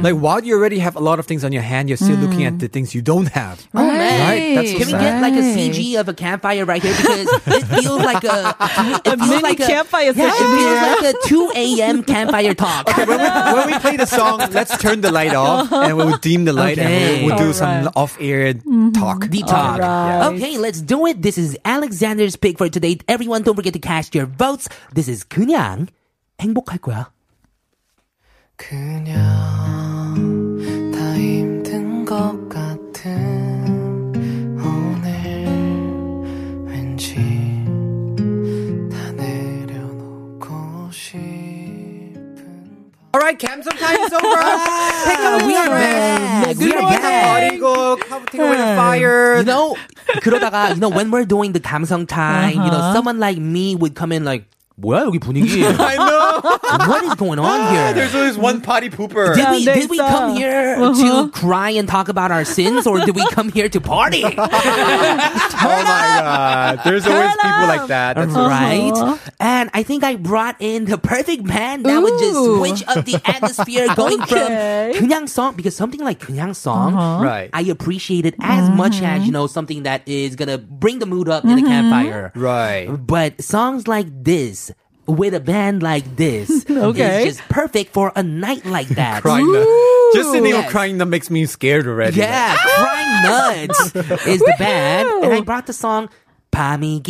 Speaker 1: Like, while you already have a lot of things on your hand, you're still looking at the things you don't have. Right? That's so
Speaker 2: Can we
Speaker 1: sad.
Speaker 2: get like a CG of a campfire right here because it feels like a it feels
Speaker 5: mini
Speaker 2: like
Speaker 5: campfire
Speaker 2: yeah,
Speaker 5: session
Speaker 2: It feels like a two a.m. campfire talk.
Speaker 1: Okay, when we, when we play the song, let's turn the light off and we'll dim the light and
Speaker 2: Okay.
Speaker 1: we'll, we'll do some
Speaker 5: Alright.
Speaker 1: off-air Mm-hmm. talk. Ah,
Speaker 2: The talk.
Speaker 1: Yeah.
Speaker 2: Okay, let's do it. This is Alexander's pick for today. Everyone, don't forget to cast your votes. This is 그냥 행복할 거야.
Speaker 6: 그냥 다 힘든 것 같은 오늘 왠지 다 내려놓고 싶은
Speaker 1: All right, camp time is over. Pick up
Speaker 2: Ah, We
Speaker 1: your
Speaker 2: are
Speaker 1: bags.
Speaker 2: back.
Speaker 1: We
Speaker 2: We
Speaker 1: are
Speaker 2: are
Speaker 1: back. Take away the fire.
Speaker 2: You know, 그러다가 you know when we're doing the 감성 time, you
Speaker 1: Uh-huh.
Speaker 2: know, someone like me would come in like, 뭐야 여기 분위기?
Speaker 1: I know. Ah,
Speaker 2: what is going on here?
Speaker 1: There's always one potty pooper.
Speaker 2: Did we,
Speaker 5: Yeah,
Speaker 2: did we
Speaker 5: there's,
Speaker 2: come
Speaker 5: uh,
Speaker 2: here to cry and talk about our sins, or did we come here to party?
Speaker 1: Uh-huh. Oh my god. There's always people like that. That's
Speaker 2: right? And I think I brought in the perfect man that would just
Speaker 5: Ooh.
Speaker 2: switch up the atmosphere going
Speaker 5: Okay. Uh-huh.
Speaker 2: from 그냥 song, because something like 그냥 song,
Speaker 1: Right.
Speaker 2: I appreciate it as much as,
Speaker 5: Mm-hmm.
Speaker 2: you know, something that is going to bring the mood up in a campfire.
Speaker 1: Right.
Speaker 2: But songs like this, with a band like this,
Speaker 5: Okay.
Speaker 2: is just perfect for a night like that.
Speaker 1: Crying nut. Just the name of
Speaker 2: Yes.
Speaker 1: crying that makes me scared already.
Speaker 2: Yeah, Crying Nuts is the band. And I brought the song 밤이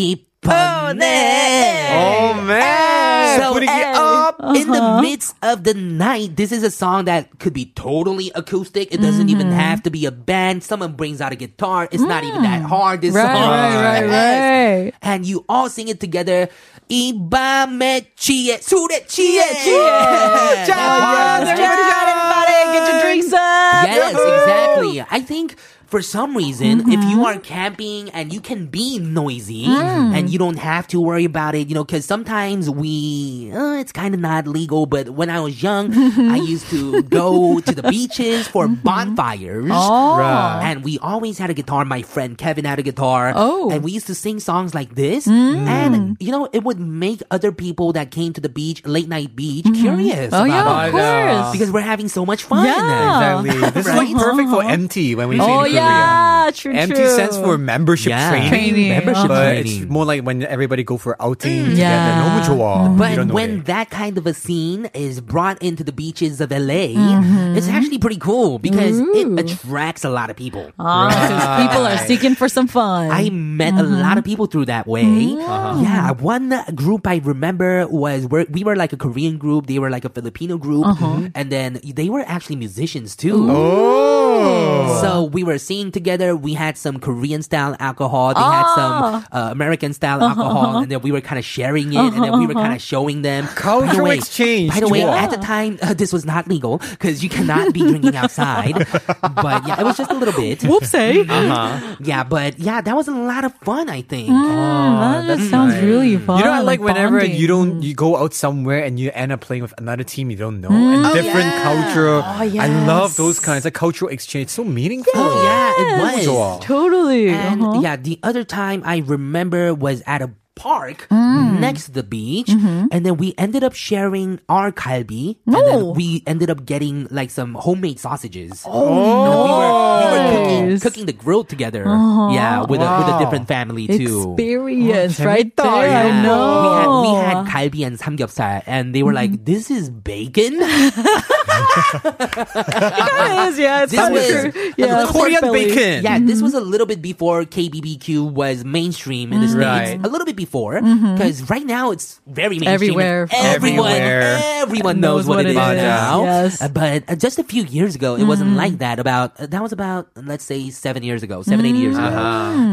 Speaker 2: 깊었네.
Speaker 1: Oh man.
Speaker 2: So,
Speaker 1: Putting it
Speaker 2: eh,
Speaker 1: up. Uh-huh.
Speaker 2: In the midst of the night, this is a song that could be totally acoustic. It doesn't even
Speaker 1: Mm-hmm.
Speaker 2: have to be a band. Someone brings out a guitar. It's not even
Speaker 1: Mm.
Speaker 2: that hard. This
Speaker 5: Right,
Speaker 2: song,
Speaker 5: right, right,
Speaker 2: Yes.
Speaker 5: right.
Speaker 2: and you all sing it together. 이 밤에 취해 술에 취해
Speaker 5: 취해.
Speaker 2: That part.
Speaker 5: Yes, everybody, get your drinks up.
Speaker 2: Yes, exactly. I think for some reason,
Speaker 5: Mm-hmm.
Speaker 2: if you are camping and you can be noisy
Speaker 5: Mm.
Speaker 2: and you don't have to worry about it, you know, because sometimes we, uh, it's kind of not legal, but when I was young, I used to go to the beaches for
Speaker 5: Mm-hmm.
Speaker 2: bonfires.
Speaker 5: Oh.
Speaker 1: Right.
Speaker 2: Uh, And we always had a guitar. My friend Kevin had a guitar.
Speaker 5: Oh.
Speaker 2: And
Speaker 5: Mm.
Speaker 2: we used to sing songs like this. And, you know, it would make other people that came to the beach, late night beach, curious.
Speaker 5: Oh
Speaker 2: about
Speaker 5: yeah,
Speaker 1: Bye
Speaker 5: of
Speaker 1: now.
Speaker 5: course.
Speaker 2: Because we're having so much fun.
Speaker 5: Yeah.
Speaker 1: Exactly. This is like perfect for MT when we say
Speaker 5: Oh
Speaker 1: in Korea.
Speaker 5: yeah, true,
Speaker 1: MT
Speaker 5: true.
Speaker 1: stands for membership
Speaker 2: Yeah.
Speaker 1: training.
Speaker 5: Training. Membership
Speaker 1: but
Speaker 2: training.
Speaker 1: it's more like when everybody go for outing together.
Speaker 5: Yeah.
Speaker 1: 너무 좋아.
Speaker 2: Mm. But
Speaker 1: 이런
Speaker 2: when
Speaker 1: 노래.
Speaker 2: that kind of a scene is brought into the beaches of LA,
Speaker 5: Mm-hmm.
Speaker 2: it's actually pretty cool because it attracts a lot of people.
Speaker 5: Ah, 'cause people are seeking for some fun.
Speaker 2: I met a lot of people through that way. Yeah, one group I remember was where we were like a Korean group, they were like a Filipino group, and then they were actually musicians too.
Speaker 1: Oh.
Speaker 2: So we were singing together. We had some Korean style alcohol. They had some uh, American style alcohol, and then we were kind of sharing it, and then we were kind of showing them By the
Speaker 1: Culture
Speaker 2: way-
Speaker 1: exchange,
Speaker 2: By the way,
Speaker 1: 좋아.
Speaker 2: at the time uh, this was not legal because you cannot be drinking outside. but yeah, it was just a little bit.
Speaker 5: Whoops, eh?
Speaker 2: Yeah, but yeah, that was a lot of fun. I think.
Speaker 5: Mm, that just sounds really fun.
Speaker 1: You know, I like whenever
Speaker 5: bonding.
Speaker 1: you don't you go out somewhere and you end up playing with another team you don't know
Speaker 2: Mm.
Speaker 1: and
Speaker 2: Oh,
Speaker 1: different culture. I love those kinds of cultural exchange. It's so meaningful.
Speaker 2: Oh yeah, it was.
Speaker 1: 좋아.
Speaker 5: Totally.
Speaker 2: And
Speaker 5: uh-huh.
Speaker 2: yeah, the other time I remember was at a park
Speaker 5: Mm.
Speaker 2: next to the beach,
Speaker 5: Mm-hmm.
Speaker 2: and then we ended up sharing our kalbi, and then
Speaker 5: No. Oh,
Speaker 2: we ended up getting like some homemade sausages.
Speaker 5: Nice.
Speaker 2: Cooking the grill together, yeah, with a with a
Speaker 1: Wow.
Speaker 2: different family too.
Speaker 5: Uh-huh. Experience right there.
Speaker 1: 재밌다,
Speaker 5: I
Speaker 1: Oh, yeah.
Speaker 5: know. Mm-hmm.
Speaker 2: We had, we had kalbi and samgyeopsal, and they were like, "This is bacon."
Speaker 5: It is, yeah, it's
Speaker 2: This
Speaker 5: probably
Speaker 2: was
Speaker 5: true. Yeah, pork
Speaker 1: Korean
Speaker 5: belly.
Speaker 1: bacon.
Speaker 2: Yeah, this was a little bit before KBBQ was mainstream in the States.
Speaker 1: Right.
Speaker 2: A little bit before, because right now it's very mainstream.
Speaker 5: Everywhere.
Speaker 2: and Everyone,
Speaker 1: Everywhere.
Speaker 2: everyone knows, what it is
Speaker 1: it is,
Speaker 2: now.
Speaker 5: yes.
Speaker 2: Uh, But uh, just a few years ago, it wasn't like that. About uh, That was about, let's say, seven years ago, seven, eight years ago.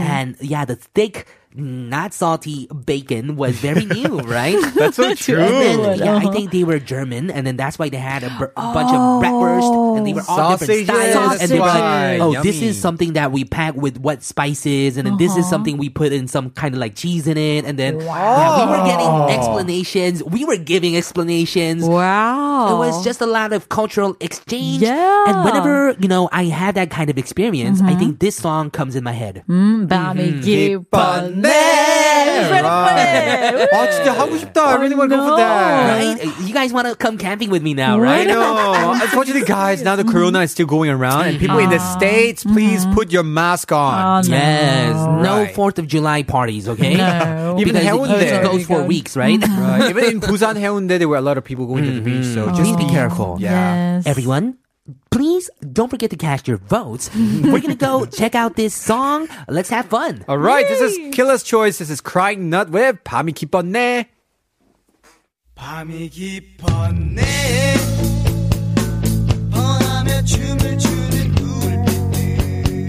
Speaker 2: And yeah, the thick, not salty bacon was very new, right?
Speaker 1: That's so
Speaker 2: And
Speaker 1: true.
Speaker 2: then, yeah, I think they were German, and then that's why they had a, br- a bunch of bratwurst, and they were all different
Speaker 1: Sausages.
Speaker 2: styles. And they were like,
Speaker 1: Sausages.
Speaker 2: "Oh, this
Speaker 1: Yummy.
Speaker 2: is something that we pack with what spices, and then this is something we put in some kind of like cheese in it." And then yeah, we were getting explanations. We were giving explanations.
Speaker 5: Wow.
Speaker 2: It was just a lot of cultural exchange.
Speaker 5: Yeah.
Speaker 2: And whenever, you know, I had that kind of experience, I think this song comes in my head.
Speaker 1: Mm-hmm.
Speaker 5: 밤이
Speaker 1: 기뻤네.
Speaker 5: 기뻤네.
Speaker 1: Right. 아 진짜 하고 싶다. I really want to go for that.
Speaker 2: Right? You guys want to come camping with me now,
Speaker 1: I
Speaker 2: right?
Speaker 1: know. Unfortunately, guys, now the corona is still going around, and people in
Speaker 2: Ah.
Speaker 1: the states, please put your mask on.
Speaker 2: Yes, no
Speaker 1: Right.
Speaker 2: Fourth of July parties, okay?
Speaker 5: No.
Speaker 1: Even
Speaker 2: because it
Speaker 1: Haeundae.
Speaker 2: usually
Speaker 1: Very
Speaker 2: goes for
Speaker 5: good.
Speaker 2: weeks, right?
Speaker 1: Right. Even in Busan, Haeundae, there were a lot of people going to the beach. So just
Speaker 5: Mm-hmm. Oh,
Speaker 2: Please be careful.
Speaker 1: yeah.
Speaker 5: Yes.
Speaker 2: Everyone, please don't forget to cast your votes. We're gonna go check out this song. Let's have fun.
Speaker 1: All right, this is Killer's Choice. This is Crying Nut with 밤이 기뻤네.
Speaker 3: 밤이 깊었네 뻔하며 춤을 추는 불빛들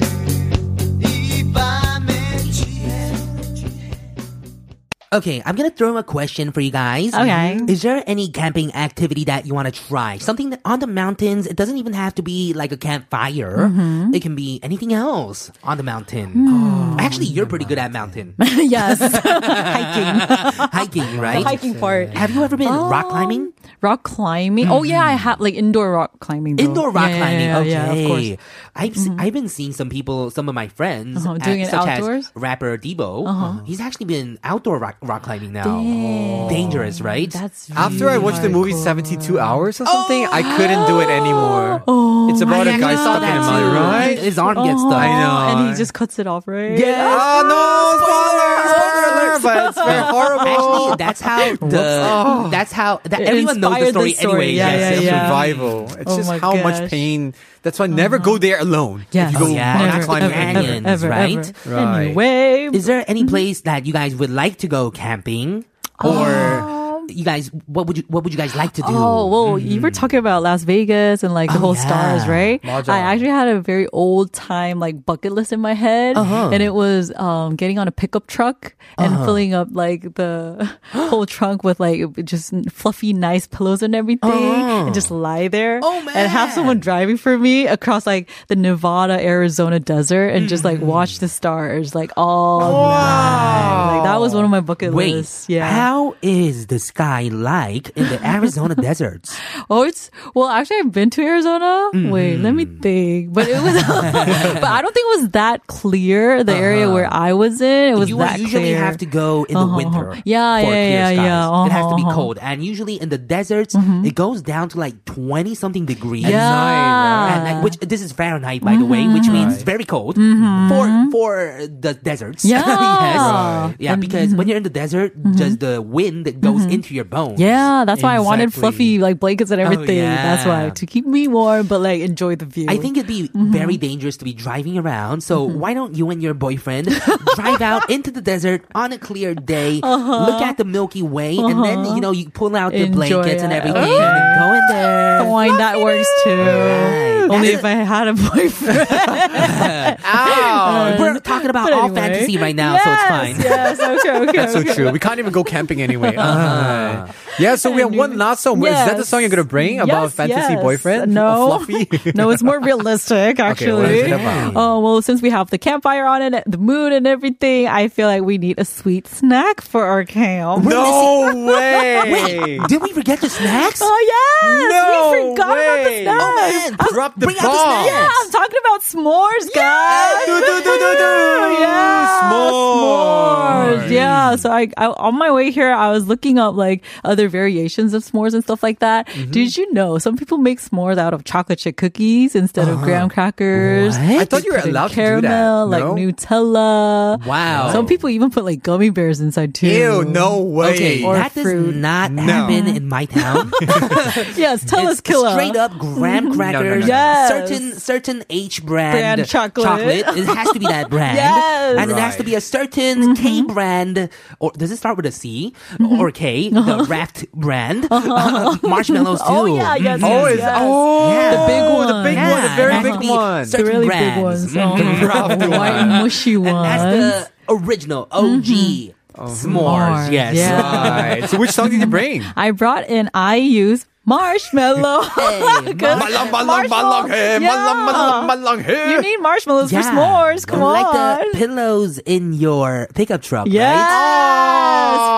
Speaker 3: 이 밤에 취해
Speaker 2: Okay, I'm gonna throw a question for you guys.
Speaker 5: Okay.
Speaker 2: Is there any camping activity that you wanna try? Something that on the mountains, it doesn't even have to be like a campfire.
Speaker 5: Mm-hmm.
Speaker 2: It can be anything else on the mountain.
Speaker 5: Hmm.
Speaker 2: Oh. Actually, you're pretty good at mountain.
Speaker 5: yes.
Speaker 2: Hiking. Hiking, right?
Speaker 5: Hiking part.
Speaker 2: Have you ever been rock climbing?
Speaker 5: Rock climbing. Oh yeah,
Speaker 1: Mm-hmm.
Speaker 5: I have like indoor rock climbing. though.
Speaker 2: Indoor rock
Speaker 5: Yeah,
Speaker 2: climbing.
Speaker 5: Yeah,
Speaker 2: okay.
Speaker 5: yeah, yeah, of course. Mm-hmm.
Speaker 2: I've se- I've been seeing some people, some of my friends,
Speaker 5: Uh-huh, doing it
Speaker 2: such
Speaker 5: outdoors? Uh-huh.
Speaker 2: as rapper Debo. He's actually been outdoor rock, rock climbing now. Dangerous, right?
Speaker 5: That's
Speaker 1: After I watched the
Speaker 5: Oh
Speaker 1: movie 72 Hours or something, I couldn't do it anymore.
Speaker 5: Oh.
Speaker 1: it's about a guy stuck in a mine, right?
Speaker 2: His arm gets
Speaker 5: Uh-huh.
Speaker 2: stuck.
Speaker 1: I know.
Speaker 5: and he just cuts it off, right?
Speaker 1: Oh, no, spoiler, spoiler alert, but it's very horrible.
Speaker 2: Actually, that's how the that's how that,
Speaker 5: Oh. It
Speaker 2: everyone knows the
Speaker 5: inspired
Speaker 2: story,
Speaker 5: this story.
Speaker 2: anyway.
Speaker 5: Yeah,
Speaker 2: yes,
Speaker 5: yeah,
Speaker 2: yes,
Speaker 1: It's
Speaker 5: yeah.
Speaker 1: survival. It's
Speaker 5: Oh
Speaker 1: just
Speaker 5: my
Speaker 1: how much
Speaker 5: gosh. Uh-huh.
Speaker 1: pain. That's why never go there alone. If
Speaker 5: Yes.
Speaker 1: you go
Speaker 2: Oh, yeah.
Speaker 1: rock
Speaker 2: Never,
Speaker 1: climbing
Speaker 2: never,
Speaker 1: alone.
Speaker 2: Canyons, right?
Speaker 5: ever.
Speaker 1: Right.
Speaker 5: Anyway,
Speaker 2: Is there
Speaker 5: Mm-hmm.
Speaker 2: any place that you guys would like to go camping or you guys what would you what would you guys like to do?
Speaker 5: Um,
Speaker 2: Mm-hmm. Oh,
Speaker 5: Oh, well, you were talking about Las Vegas and like the whole stars,
Speaker 2: yeah.
Speaker 5: right?
Speaker 1: 맞아.
Speaker 5: I actually had a very old time like bucket list in my head.
Speaker 2: Uh-huh.
Speaker 5: And it was um, getting on a pickup truck and filling up like the whole trunk with like just fluffy, nice pillows and everything and just lie there
Speaker 2: Uh-huh. Oh,
Speaker 5: and have someone driving for me across like the Nevada, Arizona desert and just
Speaker 2: Mm.
Speaker 5: like watch the stars like all night. Like that was one of my bucket
Speaker 2: Wait,
Speaker 5: lists. Yeah.
Speaker 2: how is the sky like in the Arizona deserts?
Speaker 5: Oh, it's well. Actually, I've been to Arizona. Wait, let me
Speaker 1: Mm.
Speaker 5: think. But it was, but I don't think it was that clear.
Speaker 1: Uh-huh.
Speaker 5: The area where I was in, it was
Speaker 2: you
Speaker 5: that
Speaker 2: usually
Speaker 5: clear.
Speaker 2: have to go in the
Speaker 5: Uh-huh,
Speaker 2: winter.
Speaker 5: uh-huh. Yeah,
Speaker 2: for
Speaker 5: yeah,
Speaker 2: clear
Speaker 5: yeah,
Speaker 2: skies.
Speaker 5: yeah,
Speaker 2: It has to be
Speaker 5: uh-huh, Mm-hmm.
Speaker 2: cold, and usually in the deserts, it goes down to like twenty something degrees.
Speaker 5: yeah. Mm-hmm.
Speaker 2: And like, which this is Fahrenheit, by the way, which means it's very cold for for the deserts.
Speaker 5: Yeah.
Speaker 2: yes,
Speaker 5: Right. mm-hmm.
Speaker 2: yeah. Because when you're in the desert, just the wind that goes into your bones.
Speaker 5: yeah, that's why I wanted
Speaker 1: Exactly.
Speaker 5: fluffy like blankets and everything.
Speaker 2: Oh, yeah.
Speaker 5: That's why to keep me warm, but like enjoy the view.
Speaker 2: I think it'd be
Speaker 5: Mm-hmm.
Speaker 2: very dangerous to be driving around. So why don't you and your boyfriend drive out into the desert on a clear day, look at the Milky Way, and then you know you pull out your
Speaker 5: Uh-huh. Enjoy
Speaker 2: blankets and
Speaker 5: it.
Speaker 2: everything,
Speaker 5: Okay.
Speaker 2: and go in there.
Speaker 5: wine that works too.
Speaker 2: Right.
Speaker 5: Only if I had a boyfriend. Uh,
Speaker 1: Ow.
Speaker 2: We're talking about
Speaker 5: But
Speaker 2: all
Speaker 5: anyway.
Speaker 2: fantasy right now, so it's fine.
Speaker 5: yes, yes, okay, okay.
Speaker 1: That's so true. We can't even go camping anyway.
Speaker 5: Uh-huh.
Speaker 1: Ah. Yeah, so we have one last song. Oh, Is that the
Speaker 5: Yes.
Speaker 1: song you're going to bring about
Speaker 5: Yes,
Speaker 1: fantasy
Speaker 5: yes.
Speaker 1: boyfriend?
Speaker 5: No,
Speaker 1: Fluffy?
Speaker 5: no, it's more realistic
Speaker 1: what is
Speaker 5: actually.
Speaker 1: it about?
Speaker 5: oh well, since we have the campfire on and the moon and everything, I feel like we need a sweet snack for our camp.
Speaker 1: no way.
Speaker 2: Wait, did we forget the snacks?
Speaker 5: Oh yes, we
Speaker 1: No
Speaker 5: forgot
Speaker 1: way.
Speaker 5: about the snacks.
Speaker 2: man,
Speaker 1: I- drop the
Speaker 2: bring out
Speaker 1: bomb.
Speaker 2: the
Speaker 5: Yeah,
Speaker 2: snacks.
Speaker 5: I'm talking about s'mores, guys.
Speaker 1: do, do, do, do, do.
Speaker 5: Yeah,
Speaker 1: S'mores.
Speaker 5: s'mores. Yeah. So I, I, on my way here, I was looking up like other variations of s'mores and stuff like that.
Speaker 1: Mm-hmm.
Speaker 5: Did you know some people make s'mores out of chocolate chip cookies instead of graham crackers?
Speaker 2: What?
Speaker 1: Uh-huh. I thought you were
Speaker 5: Put in
Speaker 1: allowed
Speaker 5: caramel,
Speaker 1: to do that.
Speaker 5: like
Speaker 1: no?
Speaker 5: Nutella.
Speaker 2: Wow.
Speaker 5: Some people even put like gummy bears inside too.
Speaker 1: Ew, no way.
Speaker 2: Okay,
Speaker 5: Or
Speaker 2: that
Speaker 5: fruit.
Speaker 2: does not
Speaker 1: No.
Speaker 2: happen in my town.
Speaker 5: Yes, tell us,
Speaker 2: It's
Speaker 5: killer.
Speaker 2: Straight up graham crackers.
Speaker 1: no, no.
Speaker 5: Mm-hmm. Yes.
Speaker 2: Certain certain H brand,
Speaker 5: Brand chocolate.
Speaker 2: It has to be that brand.
Speaker 5: Yes. Mm-hmm.
Speaker 2: And it has to be a certain K brand or does it start with a C? or K? The Raft brand. Marshmallows too. Mm-hmm.
Speaker 5: Uh-huh. Oh yeah, yes,
Speaker 1: Oh,
Speaker 5: yes,
Speaker 1: is,
Speaker 5: yes.
Speaker 1: oh,
Speaker 5: The big one.
Speaker 1: The big one, the
Speaker 2: Yeah,
Speaker 1: very
Speaker 2: it has to
Speaker 1: big
Speaker 2: be
Speaker 1: one.
Speaker 5: the
Speaker 2: certain
Speaker 5: really big
Speaker 2: brands.
Speaker 5: ones, oh,
Speaker 1: Mm-hmm.
Speaker 5: the white mushy ones.
Speaker 2: And that's Oh, the original OG
Speaker 1: Oh,
Speaker 2: s'mores. Yes.
Speaker 5: Mm-hmm. Yeah.
Speaker 1: Right. So which song did you bring?
Speaker 5: I brought in I use marshmallow.
Speaker 2: Hey,
Speaker 5: 'Cause
Speaker 1: Malang, malang, malang, hey,
Speaker 5: Yeah.
Speaker 1: malang, malang, malang, hey.
Speaker 5: You need marshmallows
Speaker 2: Yeah.
Speaker 5: for s'mores. Come
Speaker 2: like
Speaker 5: on.
Speaker 2: the pillows in your pickup truck,
Speaker 5: yes.
Speaker 2: right?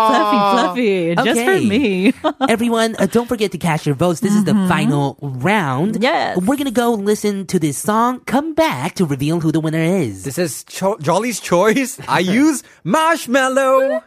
Speaker 5: Fluffy, fluffy. Just for
Speaker 2: Okay.
Speaker 5: me.
Speaker 2: Everyone, uh, don't forget to cast your votes. This is the final round.
Speaker 5: Yes.
Speaker 2: We're going to go listen to this song, come back to reveal who the winner is.
Speaker 1: This is Cho- Jolly's Choice. I use marshmallow.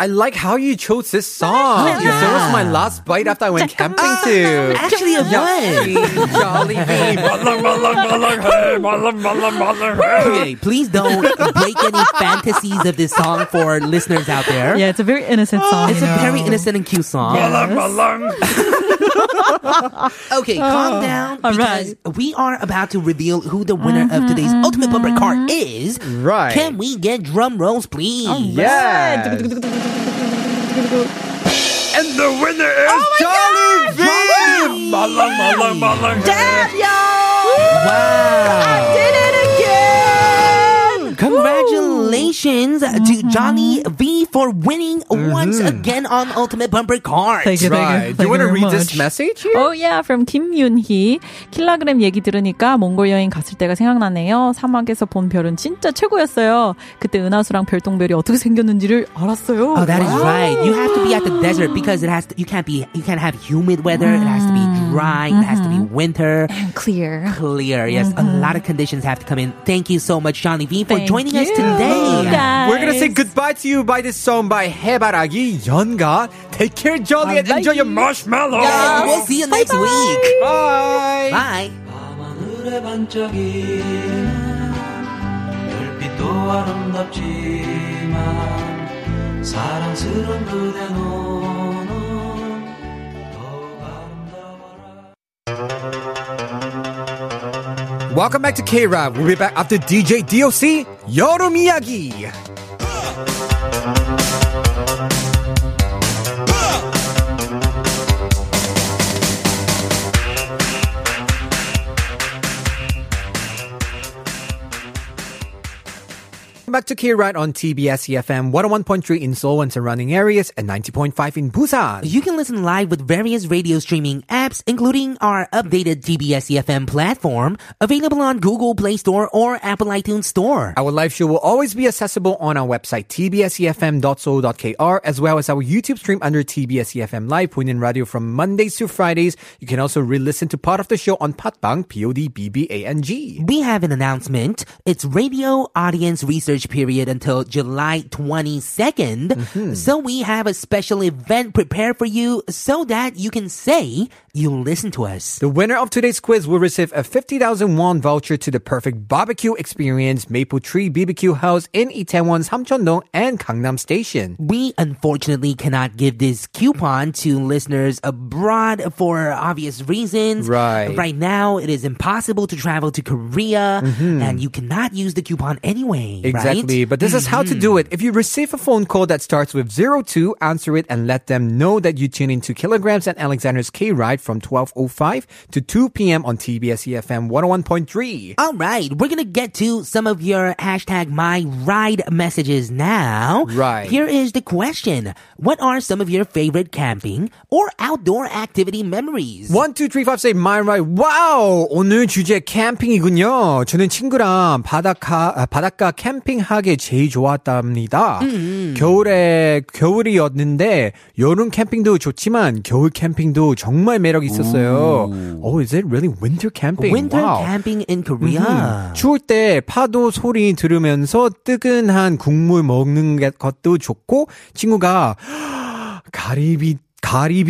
Speaker 1: I like how you chose this song. Because There was my last bite after I went camping too.
Speaker 2: Actually, it won.
Speaker 1: Jolly
Speaker 2: Okay, please don't break any fantasies of this song for listeners out there.
Speaker 5: yeah, it's a very
Speaker 2: Oh,
Speaker 5: innocent song.
Speaker 2: It's a very innocent and cute song. Okay, calm down
Speaker 5: Oh, All
Speaker 2: because we are about to reveal who the winner of today's
Speaker 5: Mm-hmm,
Speaker 2: ultimate bumper card is.
Speaker 1: Right.
Speaker 2: Can we get drum rolls, please?
Speaker 5: Oh,
Speaker 1: Yes. And the winner is
Speaker 5: Oh
Speaker 1: Jolly V. Malang, malang, malang.
Speaker 5: Damn, y'all!
Speaker 2: Wow.
Speaker 5: Did it again!
Speaker 2: Congratulations
Speaker 5: Mm-hmm.
Speaker 2: to Johnny V for winning once again on Ultimate Bumper Cards.
Speaker 5: Thank you, thank
Speaker 1: Right.
Speaker 5: you.
Speaker 1: Do you
Speaker 5: want to
Speaker 1: read this message here?
Speaker 5: Oh yeah, from 김윤희. 킬라그램 얘기 들으니까 몽골 여행 갔을 때가 생각나네요. 사막에서 본 별은 진짜 최고였어요. 그때 은하수랑 별똥별이 어떻게 생겼는지를 알았어요.
Speaker 2: Oh, that is
Speaker 5: 와우.
Speaker 2: right. You have to be at the desert because it has to, you can't be you can't have humid weather. It has to be dry. It has to be
Speaker 5: Mm-hmm.
Speaker 2: winter.
Speaker 5: Clear.
Speaker 2: Clear. Yes, a lot of conditions have to come in. Thank you so much, Johnny V, for
Speaker 5: Mm-hmm. Thank
Speaker 2: joining us
Speaker 5: you,
Speaker 2: today.
Speaker 5: guys.
Speaker 1: We're gonna say goodbye to you by this song by 해바라기 연가. Take care, Jolly, and enjoy your marshmallow.
Speaker 2: And We'll see you next week.
Speaker 1: Bye.
Speaker 2: Bye.
Speaker 6: 밤하늘에 반짝이는 별빛도 아름답지만 사랑스런 그대 눈은 더욱 아름다워라
Speaker 1: Welcome back to K Rap. We'll be back after DJ DOC 여름 이야기. Welcome Back to K Ride on TBS EFM 101.3 in Seoul and surrounding areas and 90.5 in Busan.
Speaker 2: You can listen live with various radio streaming apps, including our updated TBS EFM E platform, available on Google Play Store or Apple iTunes Store.
Speaker 1: Our live show will always be accessible on our website E tbsefm.so.kr as well as our YouTube stream under tbsefm E live Punin radio from Mondays to Fridays. You can also re-listen to part of the show on Patbang P O D B B A N G.
Speaker 2: We have an announcement. It's Radio Audience Research period until July 22nd.
Speaker 5: Mm-hmm.
Speaker 2: So we have a special event prepared for you so that you can say you listen to us.
Speaker 1: The winner of today's quiz will receive a 50,000 won voucher to the perfect barbecue experience, Maple Tree BBQ House in Itaewon's Hamcheondong and Gangnam Station.
Speaker 2: We unfortunately cannot give this coupon to listeners abroad for obvious reasons.
Speaker 1: Right.
Speaker 2: Right now, it is impossible to travel to Korea and you cannot use the coupon anyway.
Speaker 1: Mm-hmm. Exactly.
Speaker 2: Right?
Speaker 1: But this is how to do it. If you receive a phone call that starts with 02, answer it and let them know that you tune into Kilograms and Alexander's K Ride from 12.05 to 2 p.m. on TBS EFM 101.3.
Speaker 2: All right, we're gonna get to some of your hashtag my ride messages now.
Speaker 1: Right.
Speaker 2: Here is the question What are some of your favorite camping or outdoor activity memories?
Speaker 1: 1, 2, 3, 5, 6, my right. 와우! 오늘 주제 캠핑이군요. 저는 친구랑 바닷가, 아, 바닷가 캠핑하기 제일
Speaker 2: 음,
Speaker 1: 좋았답니다. 겨울에, 겨울이었는데, 여름 캠핑도 좋지만, 겨울 캠핑도 정말 매력 있었어요. Oh, is it really winter camping?
Speaker 2: Winter
Speaker 1: Wow. Mm-hmm.
Speaker 2: camping in Korea.
Speaker 1: 음, 추울 때 파도 소리 들으면서 뜨끈한 국물 먹는 게- 것도 좋고 친구가 가리비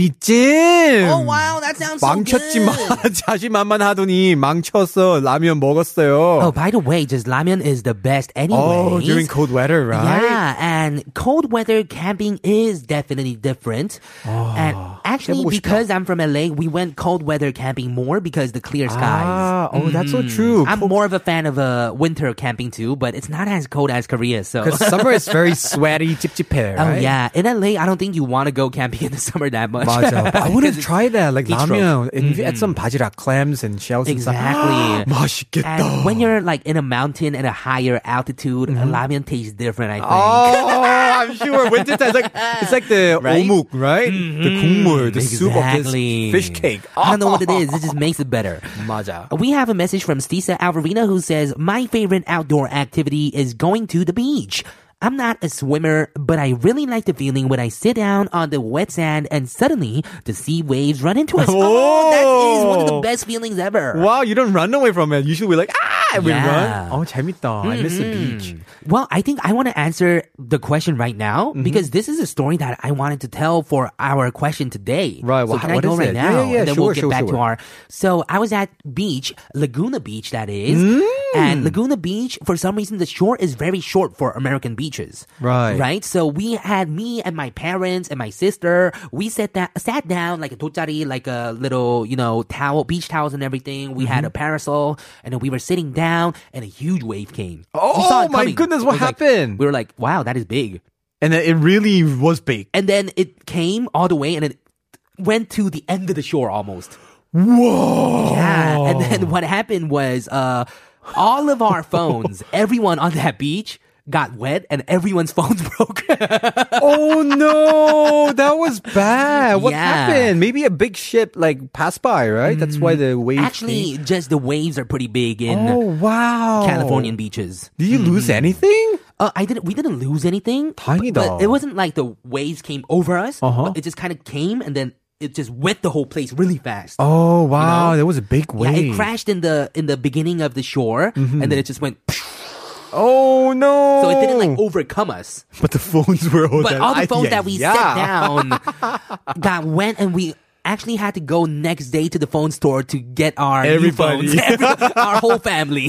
Speaker 1: 가리비찜
Speaker 2: Oh wow, that sounds
Speaker 1: 망쳤지만
Speaker 2: so good.
Speaker 1: 자신만만하더니 망쳤어 라면
Speaker 2: Oh,
Speaker 1: 먹었어요.
Speaker 2: by the way, just ramen is the best anyway.
Speaker 1: Oh, during cold weather, right?
Speaker 2: Yeah, and cold weather camping is definitely different.
Speaker 1: Oh,
Speaker 2: and actually,
Speaker 1: 해보고 싶다.
Speaker 2: because I'm from LA, we went cold weather camping more because the clear skies. Mm-hmm.
Speaker 1: Ah, oh, that's so true.
Speaker 2: I'm more of a fan of uh, winter camping too, but it's not as cold as Korea. So,
Speaker 1: Because summer is very sweaty, 찝찝해.
Speaker 2: oh
Speaker 1: right?
Speaker 2: yeah, in LA, I don't think you want to go camping in the summer that much.
Speaker 1: 맞아. But I
Speaker 2: Because
Speaker 1: wouldn't
Speaker 2: it's-
Speaker 1: try that. Like
Speaker 2: heat stroke.
Speaker 1: 라면, and if you add some 바지락 clams and shells and
Speaker 2: Mm-hmm. Exactly.
Speaker 1: stuff. 맛있겠다.
Speaker 2: And when you're like in a mountain at a higher altitude, ramen tastes different. I think.
Speaker 1: Mm-hmm. Oh, I'm sure. Winter time, it's like it's like the
Speaker 2: Right?
Speaker 1: omuk, right? The 국물, the soup of
Speaker 2: Mm-hmm. Exactly.
Speaker 1: this fish cake. Oh, Ah!
Speaker 2: I don't know what it is. It just makes it better.
Speaker 1: 맞아.
Speaker 2: We have a message from Stisa Alvarina who says, My favorite outdoor activity is going to the beach. I'm not a swimmer, but I really like the feeling when I sit down on the wet sand and suddenly the sea waves run into us. Oh, that is one of the
Speaker 1: Oh.
Speaker 2: best feelings ever.
Speaker 1: Wow, you don't run away from it. Usually we're like ah, and we
Speaker 2: Yeah. Mm-hmm.
Speaker 1: run. Oh, 재밌다. I miss the beach.
Speaker 2: Well, I think I want to answer the question right now
Speaker 1: Mm-hmm.
Speaker 2: because this is a story that I wanted to tell for our question today.
Speaker 1: Right,
Speaker 2: So
Speaker 1: wha-
Speaker 2: can I
Speaker 1: what
Speaker 2: go
Speaker 1: is
Speaker 2: right
Speaker 1: it?
Speaker 2: now?
Speaker 1: Yeah, yeah, yeah,
Speaker 2: and then we'll
Speaker 1: sure,
Speaker 2: get
Speaker 1: sure,
Speaker 2: back to
Speaker 1: sure.
Speaker 2: our. So I was at beach, Laguna Beach, that is.
Speaker 1: Mm.
Speaker 2: And Laguna Beach, for some reason, the shore is very short for American beaches.
Speaker 1: Right.
Speaker 2: Right. So we had me and my parents and my sister. We sat that sat down like a dochari, like a little you know towel, beach towels and everything. We
Speaker 1: Mm-hmm.
Speaker 2: had a parasol, and then we were sitting down, and a huge wave came. We
Speaker 1: Oh,
Speaker 2: saw it
Speaker 1: my
Speaker 2: coming.
Speaker 1: goodness,
Speaker 2: It
Speaker 1: what
Speaker 2: was like-
Speaker 1: happened?
Speaker 2: we were like, wow, that is big.
Speaker 1: And then it really was big.
Speaker 2: And then it came all the way and it went to the end of the shore almost.
Speaker 1: Whoa.
Speaker 2: Yeah. And
Speaker 1: Oh.
Speaker 2: then what happened was uh, all of our phones, everyone on that beach got wet and everyone's phones broke.
Speaker 1: oh no, that was bad. What
Speaker 2: Yeah.
Speaker 1: happened? Maybe a big ship like passed by, right? That's why the wave.
Speaker 2: Actually, just the waves are pretty big in
Speaker 1: came. Oh wow.
Speaker 2: Californian beaches.
Speaker 1: Did you lose anything?
Speaker 2: Uh, I didn't. We didn't lose anything.
Speaker 1: 다행이다.
Speaker 2: But it wasn't like the waves came over us.
Speaker 1: Uh-huh.
Speaker 2: but It just kind of came and then it just wet the whole place really fast.
Speaker 1: Oh wow, that was a big
Speaker 2: Yeah,
Speaker 1: wave.
Speaker 2: it crashed in the in the beginning of the shore,
Speaker 1: Mm-hmm.
Speaker 2: and then it just went.
Speaker 1: Oh no!
Speaker 2: So it didn't like overcome us,
Speaker 1: Oh. But the phones were all.
Speaker 2: but
Speaker 1: that
Speaker 2: all
Speaker 1: I-
Speaker 2: the phones
Speaker 1: yeah,
Speaker 2: that we
Speaker 1: yeah.
Speaker 2: set down got went, and we actually had to go next day to the phone store to get our new phones.
Speaker 1: Everybody.
Speaker 2: Every- our whole family.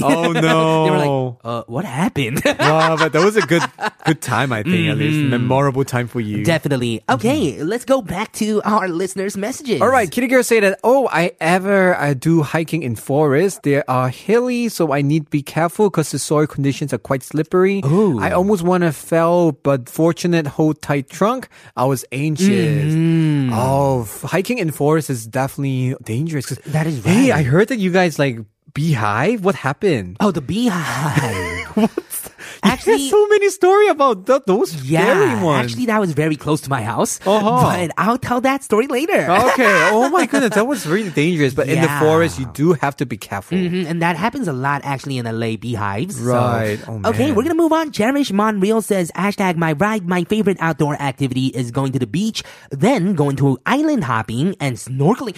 Speaker 1: Oh, no.
Speaker 2: they were like, uh, "What happened?"
Speaker 1: wow, but that was a good, good time. I think at least
Speaker 2: Mm-hmm.
Speaker 1: memorable time for you.
Speaker 2: Definitely. Okay, let's go back to our listeners' messages.
Speaker 1: Mm-hmm. All right, Kitty Girl say that. Oh, I ever I do hiking in forest. There are hilly, so I need be careful because the soil conditions are quite slippery. I almost want to fell, but fortunate hold tight trunk. I was anxious.
Speaker 2: Mm-hmm.
Speaker 1: Oh, f- hiking in forest is definitely dangerous. 'Cause-
Speaker 2: That is
Speaker 1: Hey, I
Speaker 2: right.
Speaker 1: heard that you guys like beehive. What happened?
Speaker 2: Oh, the beehive.
Speaker 1: There's
Speaker 2: Actually,
Speaker 1: so many story about th- those
Speaker 2: yeah.
Speaker 1: scary ones.
Speaker 2: Actually, that was very close to my house.
Speaker 1: Uh-huh.
Speaker 2: But I'll tell that story later.
Speaker 1: okay. Oh my goodness, that was really dangerous. But in the
Speaker 2: Yeah.
Speaker 1: forest, you do have to be careful.
Speaker 2: Mhm, and that happens a lot actually in LA beehives. so-
Speaker 1: Right. Oh,
Speaker 2: okay,
Speaker 1: man.
Speaker 2: we're gonna move on. Cherish Monreal says hashtag my ride, my favorite outdoor activity is going to the beach, then going to island hopping and snorkeling.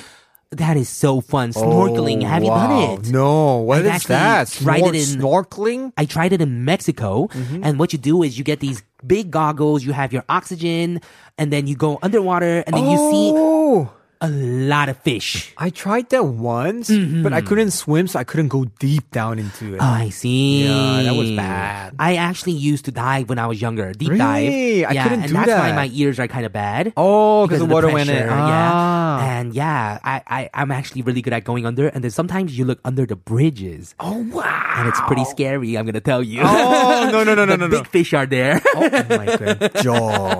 Speaker 2: That is so fun. Snorkeling.
Speaker 1: Oh,
Speaker 2: Have you
Speaker 1: wow.
Speaker 2: done it?
Speaker 1: No. What is
Speaker 2: I've actually
Speaker 1: that?
Speaker 2: tried
Speaker 1: Snor-
Speaker 2: it in-
Speaker 1: snorkeling?
Speaker 2: I tried it in Mexico,
Speaker 1: Mm-hmm.
Speaker 2: and what you do is you get these big goggles, you have your oxygen, and then you go underwater, and then you see
Speaker 1: Oh,
Speaker 2: a lot of fish.
Speaker 1: I tried that once, but I couldn't swim, so I couldn't go deep down into it.
Speaker 2: Mm-hmm. Oh, I see.
Speaker 1: Yeah, that was bad.
Speaker 2: I actually used to dive when I was younger, deep dive.
Speaker 1: Really? I
Speaker 2: yeah,
Speaker 1: couldn't
Speaker 2: and
Speaker 1: do
Speaker 2: that's why
Speaker 1: that.
Speaker 2: my ears are kind of bad.
Speaker 1: oh, because
Speaker 2: because
Speaker 1: the
Speaker 2: of the
Speaker 1: water
Speaker 2: pressure,
Speaker 1: went in.
Speaker 2: Yeah,
Speaker 1: Ah.
Speaker 2: and yeah, I, I I'm actually really good at going under, and then sometimes you look under the bridges. Oh wow! And it's pretty scary. I'm gonna tell you.
Speaker 1: Oh no no no no no no!
Speaker 2: the big fish are there.
Speaker 1: Oh my god, jaw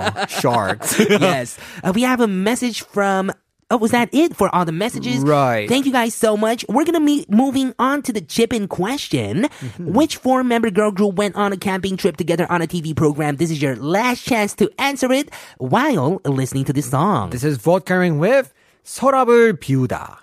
Speaker 1: sharks.
Speaker 2: yes. Uh, we have a message from. Oh, was that it for all the messages?
Speaker 1: Right.
Speaker 2: Thank you guys so much. We're gonna be moving on to the chip in question.
Speaker 1: Mm-hmm.
Speaker 2: Which four-member girl group went on a camping trip together on a TV program? This is your last chance to answer it while listening to this song.
Speaker 1: This is vodkaring with 서랍을 비우다.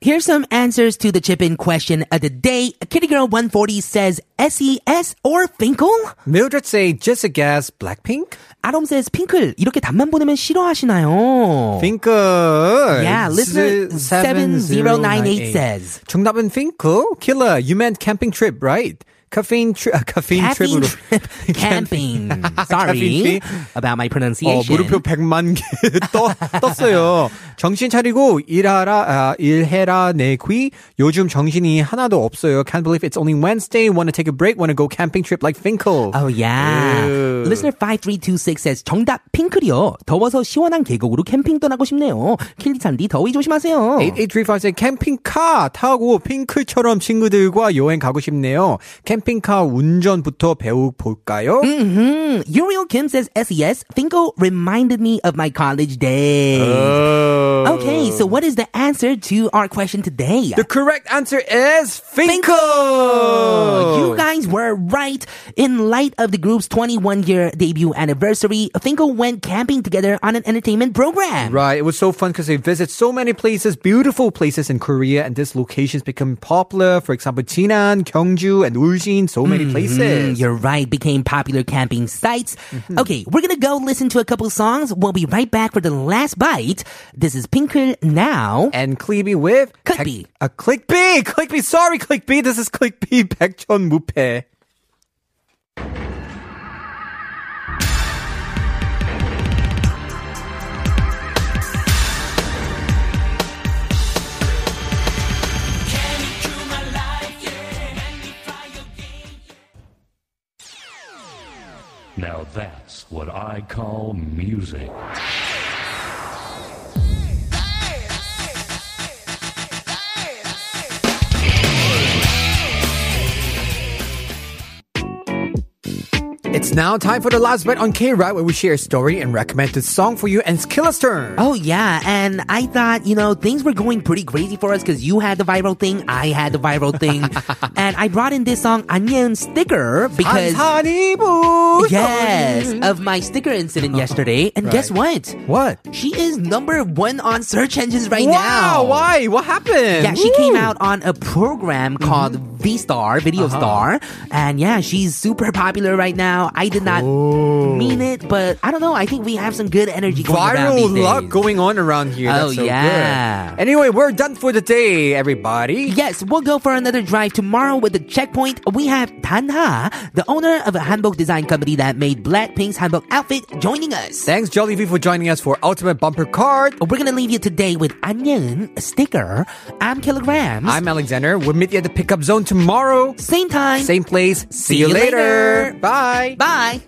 Speaker 2: Here's some answers to the chip in question of the day. Kitty Girl 140 says SES or Finkel?
Speaker 1: Mildred say just a guess. Blackpink.
Speaker 2: 아롬 says 핑클. 이렇게 답만 보내면 싫어하시나요?
Speaker 1: 핑클.
Speaker 2: Yeah, listener 7098 says.
Speaker 1: 정답은 핑클. Killer, you meant camping trip, right? Caffeine, tri- uh, caffeine,
Speaker 2: Caffeine
Speaker 1: trip으로.
Speaker 2: trip. Camping.
Speaker 1: Camping
Speaker 2: Sorry
Speaker 1: fee.
Speaker 2: about my
Speaker 1: 어,
Speaker 2: pronunciation.
Speaker 1: Oh, 무릎표 100만 개 떠, 떴어요. 정신 차리고 일하라, 아, 일해라 내귀. 요즘 정신이 하나도 없어요. Can't believe it's only Wednesday. Wanna take a break? Wanna go camping trip like Finkel?
Speaker 2: Oh yeah.
Speaker 1: Ew.
Speaker 2: Listener 5326 says 정답 핑클이요. 더워서 시원한 계곡으로 캠핑 떠나고 싶네요. 킬리찬디 더위 조심하세요.
Speaker 1: 8835의 캠핑카 타고 핑클처럼 친구들과 여행 가고 싶네요. 캠핑카 운전부터 배워볼까요?
Speaker 2: Hmm, Uriel Kim says SES. Finkel reminded me of my college days.
Speaker 1: 어.
Speaker 2: Okay, so what is the answer to our question today?
Speaker 1: Oh. The correct answer is Finkel!
Speaker 2: You guys were right. In light of the group's 21 year debut anniversary, Finkel went camping together on an entertainment program.
Speaker 1: Right, it was so fun because they visit so many places, beautiful places in Korea, and these locations become popular. For example, Jinan, Gyeongju, and Ulsan, so many
Speaker 2: Mm,
Speaker 1: places.
Speaker 2: You're right, became popular camping sites. Okay, we're gonna go listen to a couple songs. We'll be right back for the last bite. This is Pinker now.
Speaker 1: And Clickbee with
Speaker 2: Clickbee.
Speaker 1: A Clickbee, Clickbee. Sorry, Clickbee. This is Clickbee 백천 무패.
Speaker 7: Now that's what I call music.
Speaker 3: 예,
Speaker 1: It's now time for the last bit on K Ride, where we share a story and recommend a song for you. And it's Killer's turn.
Speaker 2: Oh yeah, and I thought, you know, things were going pretty crazy for us because you had the viral thing, I had the viral thing, and I brought in this song Onion Sticker because
Speaker 1: Honeymoon.
Speaker 2: yes, of my sticker incident yesterday. And guess what?
Speaker 1: What?
Speaker 2: She is number 1 on search engines right now.
Speaker 1: Wow. Why? What happened?
Speaker 2: Yeah, she came out on a program
Speaker 1: Mm-hmm.
Speaker 2: called V Star, Video
Speaker 1: Uh-huh.
Speaker 2: Star, and yeah, she's super popular right now. I did not
Speaker 1: Oh.
Speaker 2: mean it, but I don't know. I think we have some good energy going around
Speaker 1: viral
Speaker 2: these
Speaker 1: luck
Speaker 2: days.
Speaker 1: going on around here.
Speaker 2: Oh,
Speaker 1: That's so
Speaker 2: yeah.
Speaker 1: Good. Anyway, we're done for the day, everybody.
Speaker 2: Yes, we'll go for another drive tomorrow with the checkpoint. We have Tanha, the owner of a hanbok design company that made Blackpink's hanbok outfit, joining us.
Speaker 1: Thanks, Jollibee, for joining us for Ultimate Bumper Card.
Speaker 2: We're gonna leave you today with onion sticker. I'm kilograms.
Speaker 1: I'm Alexander. We'll meet you at the pickup zone tomorrow.
Speaker 2: same time.
Speaker 1: Same place. See,
Speaker 2: See you later.
Speaker 1: Bye.
Speaker 2: Bye.